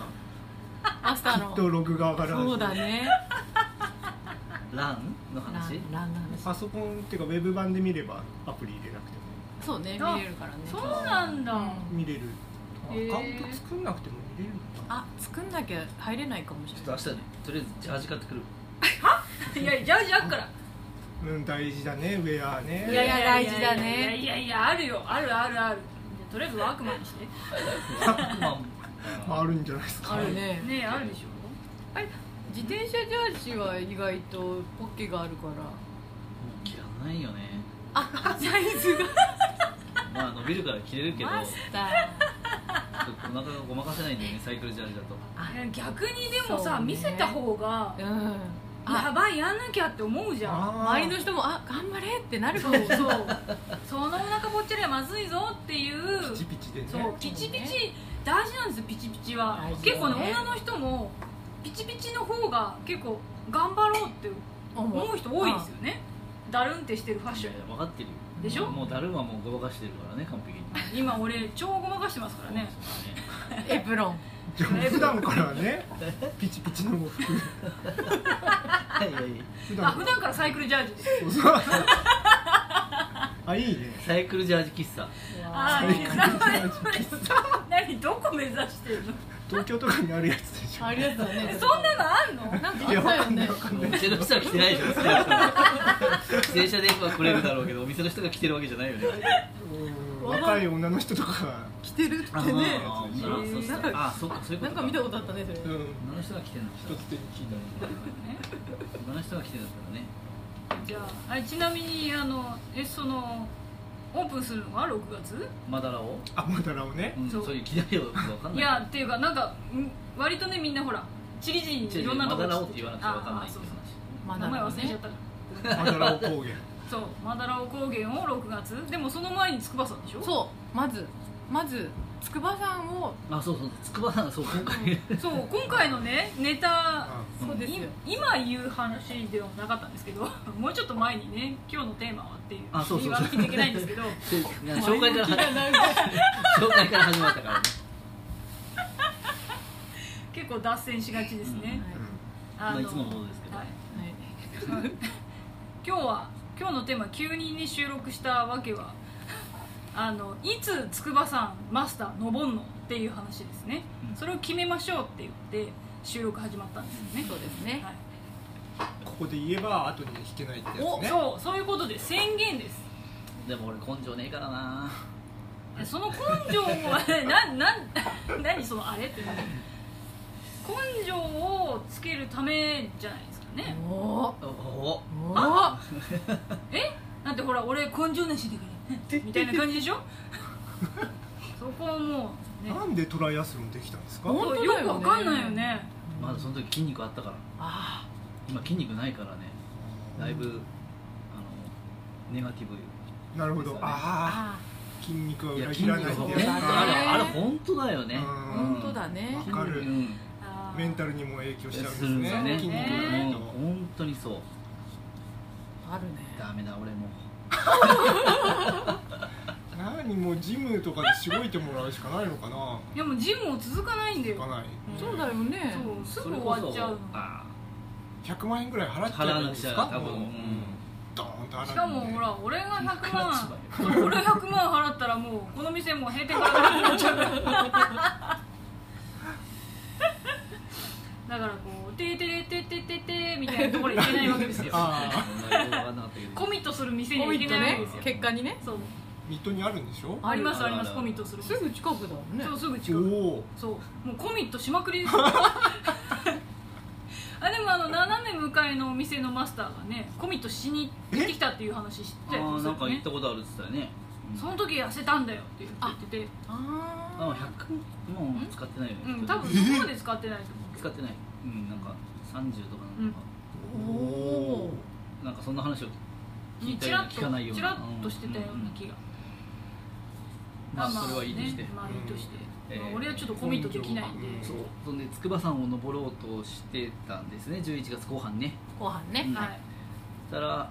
S3: から明日
S4: き
S3: の
S4: っとログが上がるはず
S3: そうだね
S1: ランの
S3: ラン
S1: 話
S3: ランの話
S4: パソコンっていうかウェブ版で見ればアプリ入れなくても
S3: そうね見れるからね
S2: そうなんだ、
S3: うん
S4: 見れる
S2: へ
S4: ア
S2: ー
S4: カウント作んなくても見れるのかな
S3: あ作んなきゃ入れないかもし
S1: ちょっ
S3: れ
S1: と
S3: な
S1: 明
S3: い
S1: 日でとりあえずジャージ買ってくる
S2: いやジャージあっから
S4: うん大事だねウェアね
S3: いやいや大事だ
S2: いや
S3: ね
S2: いやいやあるよあるあるあるじゃあとりあえずワークマンにして
S1: ワークマン
S4: まああるんじゃないですか
S3: あるね
S2: ねあるでしょ
S3: 自転車ジャージは意外とポッケがあるから
S1: もう着らないよね
S3: あサイズが
S1: まあ伸びるから着れるけど
S3: マスター
S1: ちょっとお腹がごまかせないんだよねサイクルジャージだと
S2: 逆にでもさ、
S3: そうね
S2: 見せた方が
S3: うん
S2: や
S3: あ
S2: ばいやんなきゃって思うじゃん
S4: あー
S3: 周りの人もあ頑張れってなる
S2: そ
S3: かも
S2: う
S3: しれない
S2: そうそのお腹ぽっちゃりはまずいぞっていう
S4: ピチピチでね
S2: そうピチピチ大事なんですよピチピチは
S3: 大事
S2: 結構ね
S3: ね
S2: 女の人もピチピチの方が結構頑張ろうって思う人多いですよねだるんってしてるファッション
S1: 分かってるよ
S2: でしょ
S1: もうだるまもうごまかしてるからね完璧に
S2: 今俺超ごまかしてますからね
S3: エプロン
S4: じゃあ普段からねピチピチの服
S1: はいはい
S4: 普
S2: あ普段からサイクルジャージです
S4: そうそう あいいね
S1: サイクルジャージ喫茶
S2: ああいいなそれそれ何どこ目指してるの
S4: 東京とかにあるやつでしょ
S3: ありがとうね
S2: そんなのあんのなんか
S3: あったよね
S1: お店の人は来てないでしょ少なくとも自転車では来れるだろうけどお店の人が来てるわけじゃないよね
S4: うん若い女の人とか
S3: 着てるってね
S1: あ
S4: ね
S1: ーそうそうそうあそうかそういうこ
S3: な
S1: と
S3: んか見たことあったねそれ
S1: 女
S4: うん一
S1: の人が来てるんだ
S4: つ手に聞いた
S1: 女の人が来てるんだからね
S2: じゃああちなみにあのえそのオープンするのが6月
S1: マダラを
S4: あモダラをね
S1: うん
S2: そう
S1: そういう機材を分かんない
S2: いやっていうかなんかん割とねみんなほらチリジ
S1: 違う
S2: リい
S1: 違う
S2: ろんなとこ
S1: マダラを
S2: 散
S1: って言わなくて分かんないっていう
S2: ああ
S3: ま
S2: そう名前忘れちゃ
S3: ね
S2: ったから
S4: マダラを高原
S2: そうマダラオ高原を6月でもその前に筑波山でしょ
S3: そうまずまず筑波山を
S1: 話あそうそう筑波山そう今回
S2: そう今回のねネタ
S4: う
S3: そうです
S2: い
S3: よ
S2: 今言う話ではなかったんですけど もうちょっと前にね今日のテーマはっていう
S1: あそうそう
S2: 言わなきゃいけないんですけど
S1: 紹介から始ま紹介から始まったからね
S2: 結構脱線しがちですね、
S4: ん
S1: まあいつものことですけど
S2: はい
S3: はい
S2: 今日は今日のテーマ急にね収録したわけは あのいつ筑波山マスター登んのっていう話ですね、
S1: うん
S2: それを決めましょうって言って収録始まったんですよね、
S3: そうですね
S2: はい
S4: ここで言えば後に引けないってやつ
S2: お
S4: ね
S2: そうそういうことで宣言です
S1: でも俺根性ねえからな
S2: その根性を なな何そのあれって何根性をつけるためじゃないですかね
S3: お
S1: お
S3: お
S1: お
S3: あ
S2: えだってほら俺根性なしだからみたいな感じでしょ そこはもうね
S4: なんでトライアスロンできたんですか
S3: お
S2: 本当よくわかんないよね
S1: まだその時筋肉あったから
S3: あ
S1: 今筋肉ないからねだいぶあのネガティブ
S4: なるほどあ
S3: あ
S4: あ筋肉はい
S1: や
S4: 裏
S1: 筋
S4: 切
S1: 肉
S4: ら
S1: は
S4: ないって
S1: 本
S4: やつ
S1: 当あれ
S4: か
S1: あれ本当だよね
S4: うん
S3: 本当だね
S4: わかる
S1: 筋肉うん
S2: あー
S4: メンタルにも影響しちゃ
S1: するん
S4: うん
S1: で
S4: ですす
S1: よ
S4: ね
S1: ね
S4: 筋肉が
S1: う
S4: なんいと
S1: 本当にそう
S3: あるね
S1: ダメだ俺も
S4: 何もうジムとかでしごいてもらうしかないのかな
S2: でもジムも続かないんだよ
S4: 行かない
S3: そうだよね
S2: そうす
S1: そ
S2: ぐ
S1: れこ
S2: 終わ
S1: そ
S2: っちゃうの
S1: あ
S4: 100万円ぐらい払っち
S1: 払
S4: ゃ
S1: わ
S4: うん
S1: な
S4: で
S1: くち
S4: す
S1: ゃ
S4: か
S1: 多分
S4: もう
S1: うん
S4: ドーンと払って
S2: しかもほら俺が100万
S1: 100万
S2: 俺100万払ったらもうこの店もう閉店からなくなっちゃうからだからこう「てててててて」みたいなところに行けないわけですよ
S4: ああ
S1: ー分かんなかったけど
S2: コミットする店に
S3: コ
S2: は
S3: ミ
S2: 行
S3: ッ
S2: け
S3: ト
S2: ないわけ
S3: ね
S2: ですよ、
S3: 結果にね
S2: そう
S4: 水戸にあるんでしょ
S2: ありますありま
S1: あ
S2: す
S1: る
S2: コミットする
S3: すぐ近くだもんね
S2: そうすぐ
S4: お
S2: 近く
S4: お
S2: そうもうコミットしまくり ですよあでもあの斜め向かいのお店のマスターがねコミットしに行ってきたっていう話知ってた
S1: あ
S2: よ
S1: ーなんか行
S2: ね
S1: ったことあるって言ってたよねうん
S2: その時痩せたんだよって言ってて
S3: あ
S1: あ100もう使ってないよね
S2: う
S1: き
S2: ん
S1: っと
S2: 多分そこまで使ってないと
S1: 使ってないうんなんか30とかなんか
S3: おお
S1: なんかそんな話を
S2: 思
S1: 聞いうた
S2: チ
S1: よう
S2: ラ
S1: な聞かない
S2: ッ
S1: よう
S2: とチ
S1: な
S2: ラッとしてたような気が
S1: まあそれはいいとして
S2: ねまあいいとして
S1: うん
S2: まあ
S1: えー
S2: 俺はちょっとコミットできないんで
S4: 根性
S1: そうそんで筑波山を登ろうとしてたんですね11月後半ね
S3: ご飯ね
S1: うん
S2: はい
S1: そしたら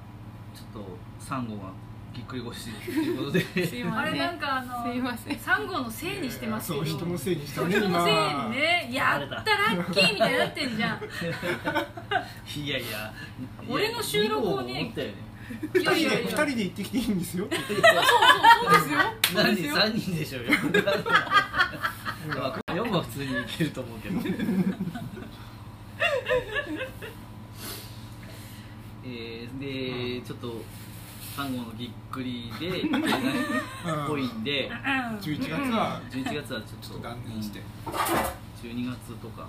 S1: ちょっとサンゴがぎっくり腰っていう ことで
S3: すい
S2: あ
S3: ませ
S2: れ
S3: ん
S2: なんかあ
S3: すい
S2: の
S3: ません
S2: サンゴのせいにしてますけ
S4: そ
S2: ど
S4: う人のせいにしたね
S2: 人のせい
S4: 今
S2: にねやったラッキーみたいになってんじゃん
S1: いやいや
S2: 俺の収録をね
S1: いやいや思ったよね
S2: いやいやい
S4: 2
S2: や
S4: 人で行ってきていいんですよ
S3: そうそうそうですよそう
S1: 何
S3: ですよ
S1: 3人でしょうよまあ4は普通にいけると思うけどえー、でちょっとサンゴのぎっくりでいけないっぽいんで
S2: うん
S4: 11月は
S1: 11月はちょっと
S4: ちょっと断念して
S1: うん12月とか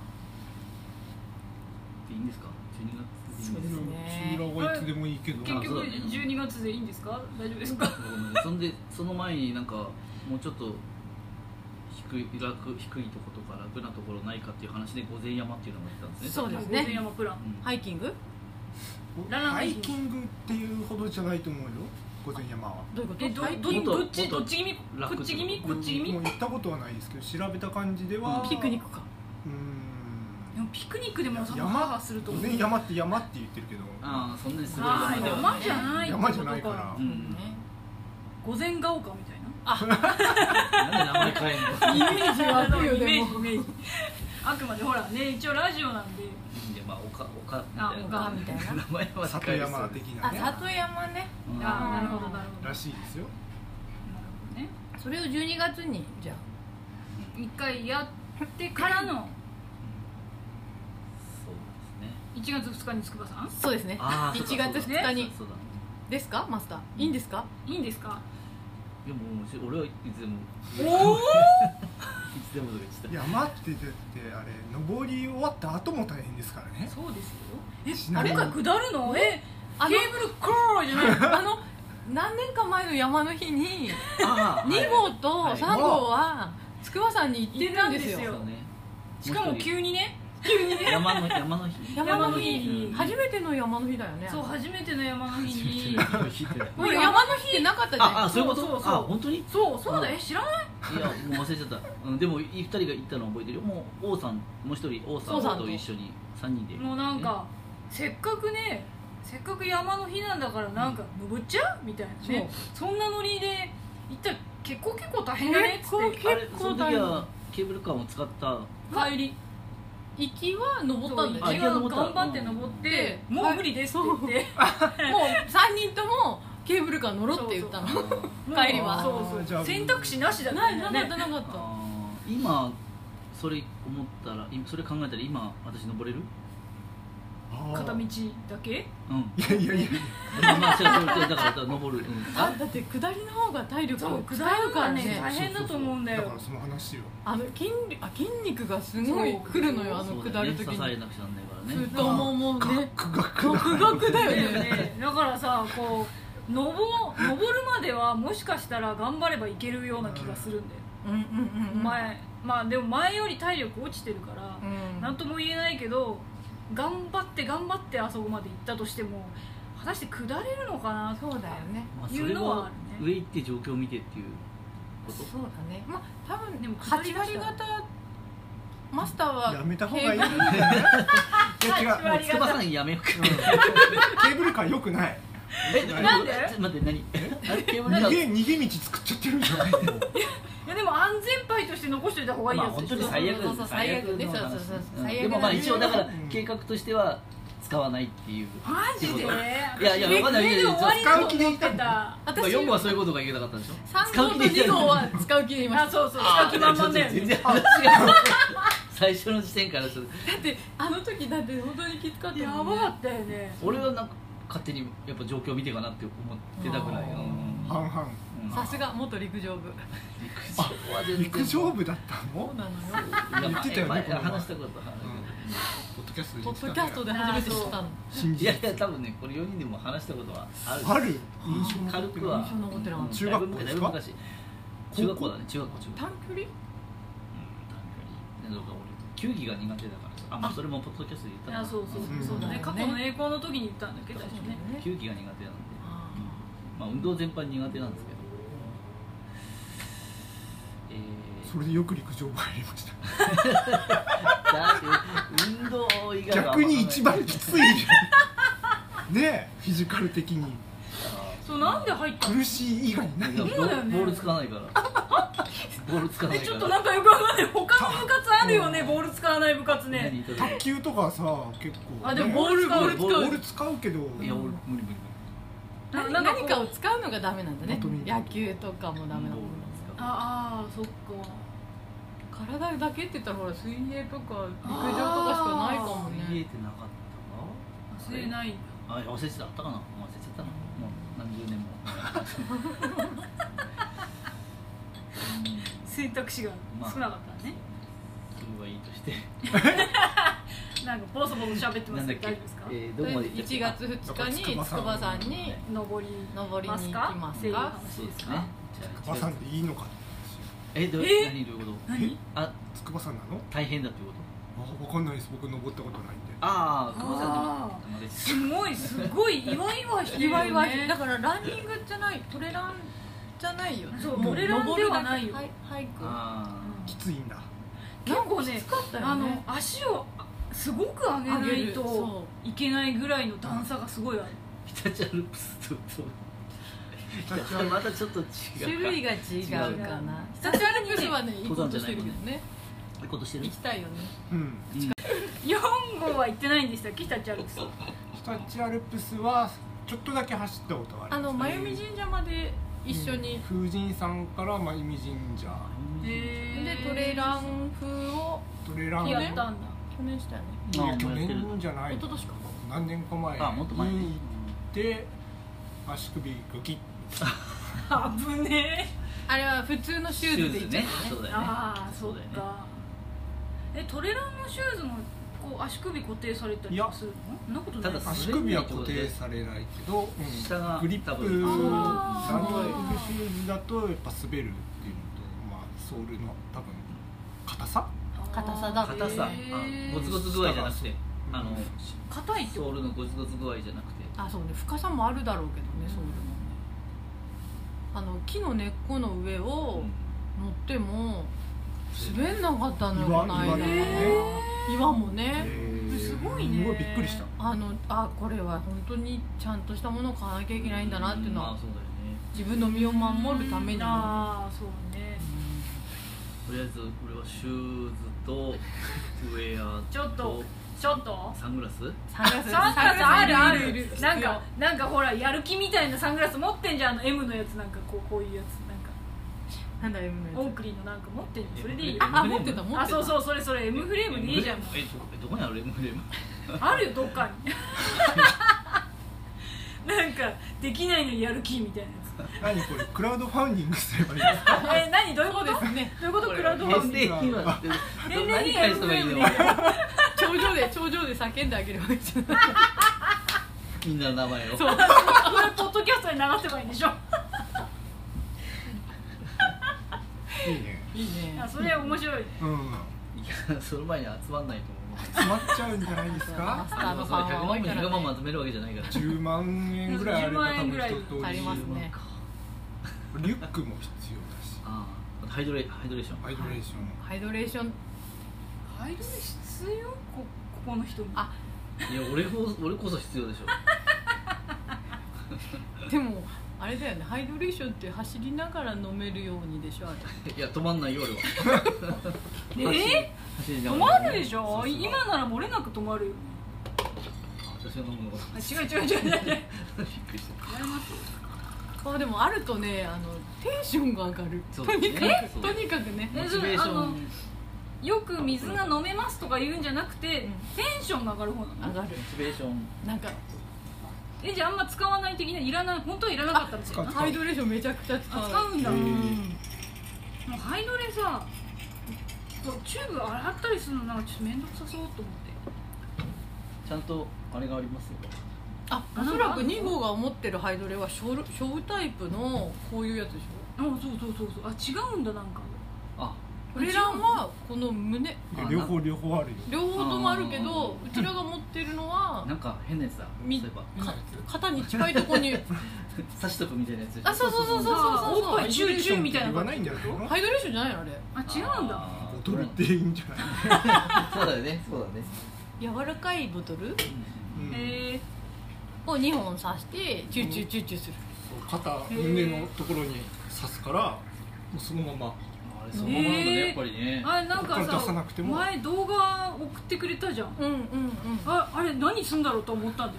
S1: でいいんですか12月でいいんですか
S4: 黄色はいつでもいいけど
S2: 結局
S1: あそうだね
S2: 12月でいいんですか大丈夫ですか
S1: ごめんそんでその前になんかもうちょっと低い楽低いとことか楽なところないかっていう話で御前山っていうのが来たんですね
S3: そうです
S2: 御前
S3: ね
S2: 山プラン
S1: うん
S3: ハイキング
S4: ハイキングっていうほどじゃないと思うよ御前山は
S3: どういうこと
S2: えど
S3: ハイ
S2: ど
S1: もっと
S2: どっち
S1: もっと
S2: どっち気味
S1: 楽
S2: こっち気味
S1: って
S2: こっち気味
S4: もう行ったことはないですけど調べた感じでは
S3: ピクニックか
S4: うーん
S2: でもピクニックでもそのハーハ
S4: 山
S2: ーすると思う、
S4: ね山って山って言ってるけど
S1: ああそんなにすごい
S2: あ
S1: 山
S2: ー
S1: では
S2: 山じゃないってこと
S4: 山じゃないから
S1: う
S2: か
S1: ん
S2: 御前が丘みたいなあ
S1: なんで名前変えんの
S3: イメージはあるよ
S2: イメ
S3: で
S2: ー
S3: も
S2: ジイメージあくまでほらね一応ラジオなんで
S1: いやまあ丘丘みたいな
S3: あ丘みたいな
S1: 名前は
S4: 里山的な
S3: あ
S4: ね
S3: 里山ね
S1: うん
S2: ああなるほどなるほどな
S4: ら
S2: る
S4: しいですよ
S2: ほどね
S3: それを12月にじゃあ
S2: 一回やってからの
S1: そうですね
S2: 1月2日に筑波さん
S3: そうですね
S1: あー
S3: 1月
S1: そう
S3: 2
S1: だ
S3: 日に
S1: そうだね
S3: ですかマスターいいんですか
S2: いいんですか
S1: いやもうし俺はいつでも
S2: おお
S1: いつでもとか言ってた
S4: 山ってだってあれ登り終わった後も大変ですからね
S2: そうです
S4: し
S2: よ
S4: な
S2: え
S4: みに
S2: 今回下るのえ
S3: あの
S2: ケーブルクローじゃない
S3: あの何年か前の山の日に
S1: あー
S3: 2号と
S1: はい
S3: 3号は筑波山に行ってるんで
S2: 行って
S3: す
S2: たんです
S3: よ
S2: よ
S1: そうだね
S2: しかも急にね
S1: 山の山の日
S3: 山
S2: 山
S3: の日
S2: の日
S3: 初めての山の日だよね
S2: そう初めての山の日に
S3: これ山の日ってなかったじゃ
S1: あ
S3: な
S1: あ
S3: い
S1: そういうこと
S2: そうそうそう
S1: あ本当にい
S2: そうそうだよえ知らない
S1: やもう忘れちゃった、 うん、でも2人が行ったの覚えてるよもう王さんもう一人王
S3: 王さ
S1: さ
S3: ん
S1: ん
S3: と
S1: と一緒に3人で
S2: もうなんかせっかくねせっかく山の日なんだからなんか登っちゃうみたいなねそんなノリで行ったら結構結構大変だねっつっ
S3: 結
S1: あれ
S3: 構
S1: その
S3: 大
S1: 時
S3: 変
S1: はケーブルカーを使った
S2: て帰り
S3: 行きは登ったんだよ
S1: あ
S2: 一
S1: 行
S3: ね
S1: きは
S2: 応
S1: 登った
S2: 頑張って登って
S3: うん
S2: もう無理ですって言って
S3: もう3人ともケーブルカー乗ろうって言ったの
S1: あー
S3: 帰りは
S2: そう
S4: じ
S2: そ
S4: ゃ
S2: う
S4: あ
S2: 選択肢なしだった
S3: ない
S2: んだ
S3: な
S2: よ
S3: かっ
S2: ね
S3: たなかった
S1: あー今それ思ったら今それ考えたら今私登れる
S4: あー
S2: 片道だけ
S1: うん
S4: いやいやいや
S1: まあ、そうそうそうだから登る、うん、
S3: あだって下りの方が体力
S2: そう
S3: を使
S2: 下る
S3: うか
S2: からら
S3: ね
S2: ね大変だと思うんだ
S4: だ
S2: よ
S4: からその話よ
S3: あの筋力あ筋肉がすごい
S2: そう
S3: くるのよあの
S1: そう
S3: 下
S1: だよ
S3: る
S1: ね
S3: 時
S1: 支
S3: に
S1: えなくちゃなんないからね
S3: 太もももね
S4: ガクガク
S3: ガクガクだよ
S2: だよ
S3: ね
S2: ねだからさこう登登るまではもしかしたら頑張ればいけるような気がするんだよ
S3: うんうんうんうん
S2: 前まあでも前より体力落ちてるから
S3: うん
S2: 何とも言えないけど頑張って頑張ってあそこまで行ったとしても果たして下れるのかな
S3: そうだよね
S1: まあ、
S2: 言
S1: そうれ
S2: のは
S1: は
S2: あるね
S1: 上行って状況を見てっていうこ
S3: そ
S1: と
S3: うだねまあ多分で
S2: で
S3: も
S2: も
S3: 8割
S2: 8割
S3: 方マスターは
S4: やめた方がいい
S3: ケーブル
S4: いや違うもう
S1: 筑波さんやめようか
S4: ケーブルカー良くない
S1: え
S2: なんで
S1: ちょっと待って何 あれケーブルカ
S4: 逃げ
S1: ー
S4: 逃げ道作っちゃってるじゃないの
S2: いやでも安全牌として残しておいた方がいい
S1: まあ
S2: やつ
S1: 本
S2: で
S1: 当
S2: し
S1: に
S2: ょ
S1: 最悪
S3: そうそうそう最悪
S1: の話
S3: そうそうそう
S1: うん
S3: 最悪
S1: でもまあ一応だから
S4: うん
S1: 計画としては使わないっていう
S2: マジで
S1: いやいや
S2: 目
S1: わかんない
S2: 目で終わりだと思ってた
S1: まあ
S3: 私
S1: 4号はそういうことが言えなかったんでしょ
S3: 3号と2号は使う気でいま
S2: あ
S3: した
S2: そうそう使う気満々だよ
S1: 全
S2: ね
S1: 然話が 最初の時点からちょっと
S3: だってあの時だって本当にきつかった
S2: や
S3: もんね
S2: ばかったよね
S1: 俺はなんか勝手にやっぱ状況見てかなって思ってたぐらいうん
S4: 半々
S1: うん
S3: さすが元陸上部
S1: 陸上は全然
S4: 陸上部だった
S3: そう
S4: の
S3: なの よ
S1: いや
S4: 言ってたよね
S1: 前
S4: この前
S1: 話したことある
S4: ポッドキャストで
S3: ポッドキャストで初めて知ったの
S4: 信
S1: い
S4: じ
S1: やいや多分ねこれ4人でも話したことはある
S4: ある印象
S1: 軽くは
S3: 印象残ってる
S1: うん
S4: 中学校ですか
S1: だいぶ昔中学校だね中学校中学校
S3: 短距離
S1: うんなんか俺球技が苦手だからさあまあそれもポッドキャストで言った
S2: い
S1: な
S2: やそうそう
S4: うん
S2: そうだ
S3: う
S2: ね
S3: ん
S2: 過去の栄光の時に言ったんだけど最初ね
S1: 球技が苦手なんでまあ運動全般苦手なんですけどえー
S4: それでよく陸上部入りました
S1: だって運動以外はあんま
S4: 逆に一番きついじゃんねえフィジカル的に
S2: そうなんで入ったの
S4: 苦しい以外ない
S1: いやボ
S2: そうだよね
S1: ボールつか ないからボールつかない
S2: え
S1: から
S2: ちょっとなんかよくわかんない他の部活あるよねボール使わない部活ね
S1: 何言ったの
S4: 卓球とかさ結構
S2: あでも
S4: ね
S2: ボール使う
S4: ボール
S1: ボール
S4: ボール使うけど
S1: いや俺無理無理無理
S2: ななんこう
S3: 何かを使うのがダメなんだね
S4: 本当に
S3: 野球とかもダメな
S1: ボール
S3: の
S1: ですか
S2: ああそっか
S3: 体だけって言ったらほら水泳とか陸上とかしかないかも
S1: 見え
S3: ね
S1: てなかったか
S2: 忘れないんだ
S1: あ忘れてたあったかなもう忘れちゃったなもう何十年もう
S2: 選択肢が少なかったね、
S1: んそれはいいとして
S2: なんかボソボソ喋ってま
S1: な
S2: す
S1: んだ
S2: け
S1: っけ
S2: ど大丈夫ですか、
S1: えーどこまで行ったっけ
S3: 1月2日に筑波山に
S2: 登り
S3: 登りに行きま
S2: っ
S3: すか
S2: ていう話
S1: あそう
S2: で
S1: ですす
S2: か
S1: ね
S4: 筑
S1: じ
S4: 波
S1: ゃ
S4: さ
S1: あ
S4: んでいいのか
S1: えどう
S2: え
S1: 何どういうこと
S2: 何
S1: あ
S4: 筑波さんなの
S1: 大変だっていうこと
S4: あわかんないです僕登ったことないんで
S1: ああ久保さんでも
S2: あ
S1: あのです
S2: ーすごいすごいいわいわしてる
S3: い
S2: よ
S3: わ
S2: ね
S3: いわいだからランニングじゃないトレランじゃないよね
S2: そう
S3: も
S2: トレランではないよ
S3: 登るだけハイハイク
S1: あ
S4: きついんだ
S2: 結構ね
S3: きつかったよね
S2: あの足をあすごく上げな
S3: 上げ
S2: い
S3: る
S2: と
S3: そ
S2: いけないぐらいの段差がすごいある
S1: ひたちアルプスと
S4: 立ち上が
S1: またちょっと違う
S6: 種類が違うか
S1: 違う
S6: な
S3: 日立アルプスはね
S1: 登
S3: 行こう
S1: 山
S3: と
S1: じゃ
S3: し
S1: な
S3: て
S1: い
S3: る
S1: も
S3: け
S1: ん
S3: ど
S1: ね
S3: ね
S1: いいことしてる
S3: 行きたいよね
S4: うん
S2: 4号は行ってないんでしたっけ日立アルプス
S4: 日立アルプスはちょっとだけ走ったことはあ
S3: あ
S4: りま
S3: の
S4: す
S3: 真由美神社まで一緒に、
S4: 風神山から真由美神社
S3: で
S2: で
S3: トレラン風を
S4: トレラン
S2: やったんだ
S3: 去年したよね
S1: あもうや
S4: 去
S1: ってる
S4: 年じゃない
S3: 一昨年か
S4: 何年か前に
S1: あもっと前
S4: 行って足首グキッ
S2: 危ね
S3: あれは普通のシュ
S1: シュ
S3: ーズで行
S1: ーズ
S3: っちゃ
S1: ねそう
S3: った
S1: だよ
S2: え
S1: ね
S2: ああそ
S1: そ
S2: っ
S1: うだよね
S2: かえトレランのシューズもこう足首固定されたり
S4: いや
S2: するのそんなことない
S1: ただ
S4: 足首は固定されないけど、うん
S1: 下が
S4: グリップ
S1: 多
S4: ダ
S1: 分
S4: ンプシューズだとやっぱ滑るっていうのと、まあ、ソールの多分硬さ
S6: 硬さだって
S1: 硬さあのゴツゴツ具合じゃなくてあの
S3: 硬いって
S1: ソ
S3: こ
S1: ールのゴツゴツ具合じゃなくて
S3: あそうね深さもあるだろうけどねソールもねあの木の根っこの上を乗っても滑んなかったのよ
S4: 岩
S3: この間
S4: 岩
S3: 岩もね
S4: えー
S2: すごいね
S4: うわびっくりした
S3: あのあこれは本当にちゃんとしたものを買わなきゃいけないんだなっていうの
S1: まあ
S3: は
S1: そうだよね
S3: 自分の身を守るためにあ
S2: ああそうね
S1: とりあえず俺はシューズとウェア
S2: ちょっとちょっと
S1: サングラス
S6: サングラス
S2: サングラスあるある
S3: いるいる
S2: なんかなんかほらやる気みたいなサングラス持ってんじゃんあの M のやつなんかこうこういうやつなんか
S3: なんだ M の
S2: オ
S3: や
S2: ンクリのなんか持ってんじゃんそれでいい
S1: あ
S3: つあ持ってた持ってた
S2: あそうそうそれそれ M フレームでいいじゃん
S1: えどどこにある M フレーム
S2: あるよどっかになんかできないのにやる気みたいなや
S4: 何これクラウドファンディングすればいいですか
S2: つえ何どういうことですねどういうことクラウドファンディング
S1: 今って
S2: 年
S1: 何
S2: 齢に
S1: 返
S2: M
S1: せ
S2: フ
S1: ば
S2: レ
S1: いい
S2: ームでいい
S1: の
S2: じゃん
S3: 頂上で頂上で叫んであげればいいじゃん
S1: みんなの名前を
S2: これポッドキャストに流せばいいんでしょ
S4: いいね
S3: いいね
S2: あそれ面白い
S4: うん
S1: いやその前に集まんないと思う
S4: 詰まっちゃうんじゃないです
S3: マ
S4: か
S3: スタ
S1: あ
S3: ー
S1: の
S3: の
S1: そ
S3: フ
S1: の
S3: ァン
S1: 100
S3: は多
S1: 万
S3: い
S1: も
S3: から
S1: 100万ま
S3: ね
S1: とめるわけじゃないから
S4: 10万円ぐらいあれば多分一通
S3: ありますね
S4: りリュックも必要だし
S1: ああハイドレハイドレーション
S4: ハイドレーション
S3: ハイドレーション
S2: ハイドル必要こここの人も
S3: あ
S1: いや俺こ俺こそ必要でしょ
S3: でもあれだよねハイドレーションって走りながら飲めるようにでしょあれ
S1: いや止まんないよ俺は
S2: え
S1: 走りな
S2: 止
S1: が
S2: ま
S1: らね
S2: るでしょ
S1: そうそう
S2: 今なら漏れなく止まるよ
S1: 私が飲むのかと
S2: あ違う違う違う違う違う
S1: びっくりした
S3: あでもあるとねあのテンションが上がる
S1: そう
S3: とにかく、
S1: ねそう
S3: とにかくね
S2: え
S1: モチベーション
S2: よく水が飲めますとか言うんじゃなくて、
S3: ん
S2: テンションが上がる方なの
S3: 上がる
S1: モチベーション
S3: なんか
S2: えじゃああんま使わない的ないらない本当はいらなかったんですよ
S4: あ
S3: ハイドレーションめちゃくちゃ使う
S2: あ使うんだ、
S4: へ
S2: も
S4: ー
S2: うハイドレさこうチューブ洗ったりするのなんかちょっと面倒くさそうと思って
S1: ちゃんとあれがありますよ
S3: あおそらく2号が思ってるハイドレはショールショータイプのこういうやつでし
S2: あそうそうそうそうあ違うんだなんか
S1: あ
S3: ょ俺らはこの胸
S4: いや両方両方あるよ
S3: 両方ともあるけ
S1: あ
S3: どうちらが持ってるのは
S1: なんか変なやつだそうい
S3: み
S1: えば
S4: 変なや
S3: 肩に近いとこに
S1: 刺しとくみたいなやつでしょ
S3: あそうそうそうそう
S2: あ
S3: そう
S2: おっぱいチューチューみたいな
S4: 言わ
S2: 感じ
S4: ないんじゃないの
S3: ハイドレーションじゃないのあれ
S2: あ違うんだ
S1: あー
S4: 踊るっていいんじゃない
S1: そうだよねそうだね
S3: 柔らかいボトル
S4: うん
S2: へえ
S3: を2本刺してチューチューチューチューする
S4: そう肩胸のところに刺すからもうそのまま
S1: あれそのままなんだねやっぱりね
S2: あれなんか
S4: ここから出さな
S2: さ
S4: くても
S2: 前動画送ってくれたじゃん
S3: うんうんうん
S2: ああれ何すんだろうと思ったんだよ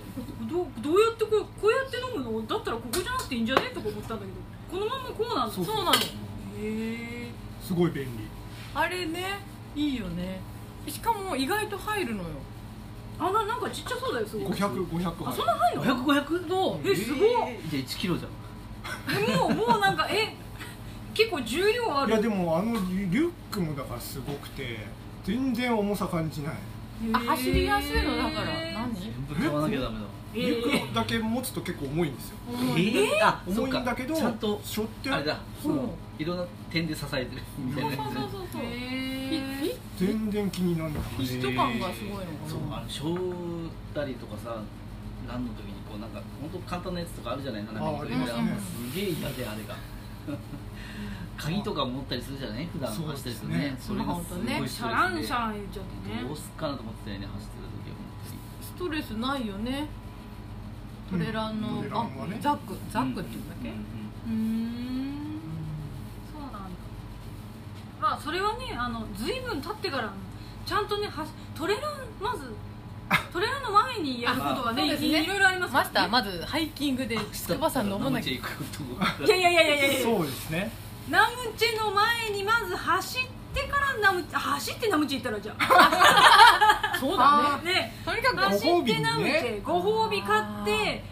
S2: どうどうやってこうこうやって飲むのだったらここじゃなくていいんじゃねとか思ったんだけどこのままこうなんだ
S4: そう
S3: そうなの
S2: へえ
S4: すごい便利
S3: あれねいいよねしかも意外と入るのよ
S2: あななんかちっちゃそうだよすごい
S4: 500500
S2: あそんな入んの
S1: 500、500?
S3: そ
S2: えすごい
S1: じゃあ1キロじゃん
S2: えもうもうなんかえ結構重量あ
S4: い
S2: る
S4: やでもあのリュックもだからすごくて全然重さ感じない
S2: へー
S3: あ走りやすいのだから
S2: へー
S3: 何
S1: 全部買わなきゃダメだわ
S2: え
S4: リュックだけ持つと結構重いんですよ
S1: えー、あそ
S4: 重
S1: っ
S4: いん
S1: か
S4: だけど
S1: ちゃんと
S4: 背負って
S1: あれだそ
S3: うん
S1: のいろんな点で支えてるみたいなやつ
S3: そうそうそうフィ
S2: へ
S3: フ
S2: え
S4: 全然気にならない
S3: ィフィット感がすごいのか
S1: そうあ
S3: な
S1: のしょうたりとかさランの時にこうなんか本当簡単なやつとかあるじゃない斜めの時
S4: ああります
S3: ね
S1: すげえ嫌であれが 鍵とか持ったりするじゃない普段走ったりするねそ
S4: そ
S1: う
S6: ですねス
S1: れがす
S6: マホ
S1: ご
S6: とね
S1: い
S2: シ
S1: ス
S2: ャ
S1: ト
S2: ラ
S1: レ
S2: ン
S1: ス
S2: シ
S1: で
S2: ャラン言っちゃってね
S1: どうすっかなと思ってたよね走ってた時は本
S3: ストレスないよねトレランの、
S4: うんトレランはね
S3: あザックザックっていうんだっ
S1: 当
S3: け
S1: に、うん
S3: うーん
S2: そうなんだまあそれはねあの随分経ってからちゃんとねはしトレランまずトレランの前にやることがね
S6: あそうですね
S2: いいろいろありますか
S6: マ
S2: ら
S6: スター
S2: ね
S6: まずハイキングで筑波山登んなきゃ
S1: ゃ行く こと
S2: いやいやいやいやいやいや
S4: そうですね
S2: ナムチェの前にまず走ってからナムチェ走ってナムチェ行ったらじゃ
S3: そうだ
S2: あ
S3: ね
S2: ね
S6: とにかく
S2: 走
S4: ご
S2: っ
S4: 褒美
S2: て
S4: にね
S2: ナムチェご褒美買って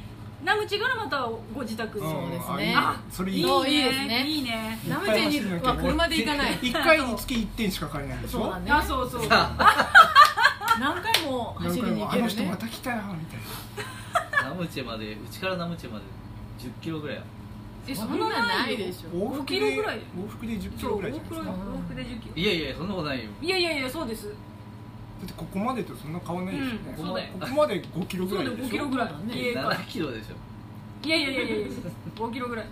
S2: ナムチェからまたご自宅に
S6: うですね
S4: んあいいそれいい
S6: そう
S4: ね
S6: いいですね
S2: いいね
S6: ナムチェには車で行かない
S4: 一回につき一点しか買えないでしょ
S6: そうだね
S2: あそうそう
S3: 何回も
S4: 何
S3: 走り
S4: 回
S3: に行
S4: もあ
S3: け
S4: の
S3: る
S4: 人ま
S3: ね
S4: た来たよみたいな
S1: ナムチェまでうちからナムチェまで1 0キロぐらいある
S2: え
S6: そんなないで
S2: よ
S6: しょ
S4: 往復で
S2: 5キロぐらい
S4: 往復で10キ
S2: そ
S4: ロ
S2: う
S4: ぐ
S2: 往
S4: らいじゃない
S2: 復
S4: ですかだ
S2: 往復で10キロ
S1: いやいやそんなことないよ
S2: いやいやいやそうです
S4: ってここまでとそんな変わんないですよね、
S2: うん
S4: こ
S2: そうだよ
S4: ここまで5キロぐ
S2: そ
S4: ら
S2: う
S4: い
S2: だ
S4: で
S2: よ
S4: しょ
S2: 5キロぐらい
S6: そうだね
S2: 家から
S1: 7キロでしょ
S2: いやいやいやいやいや5キロぐらい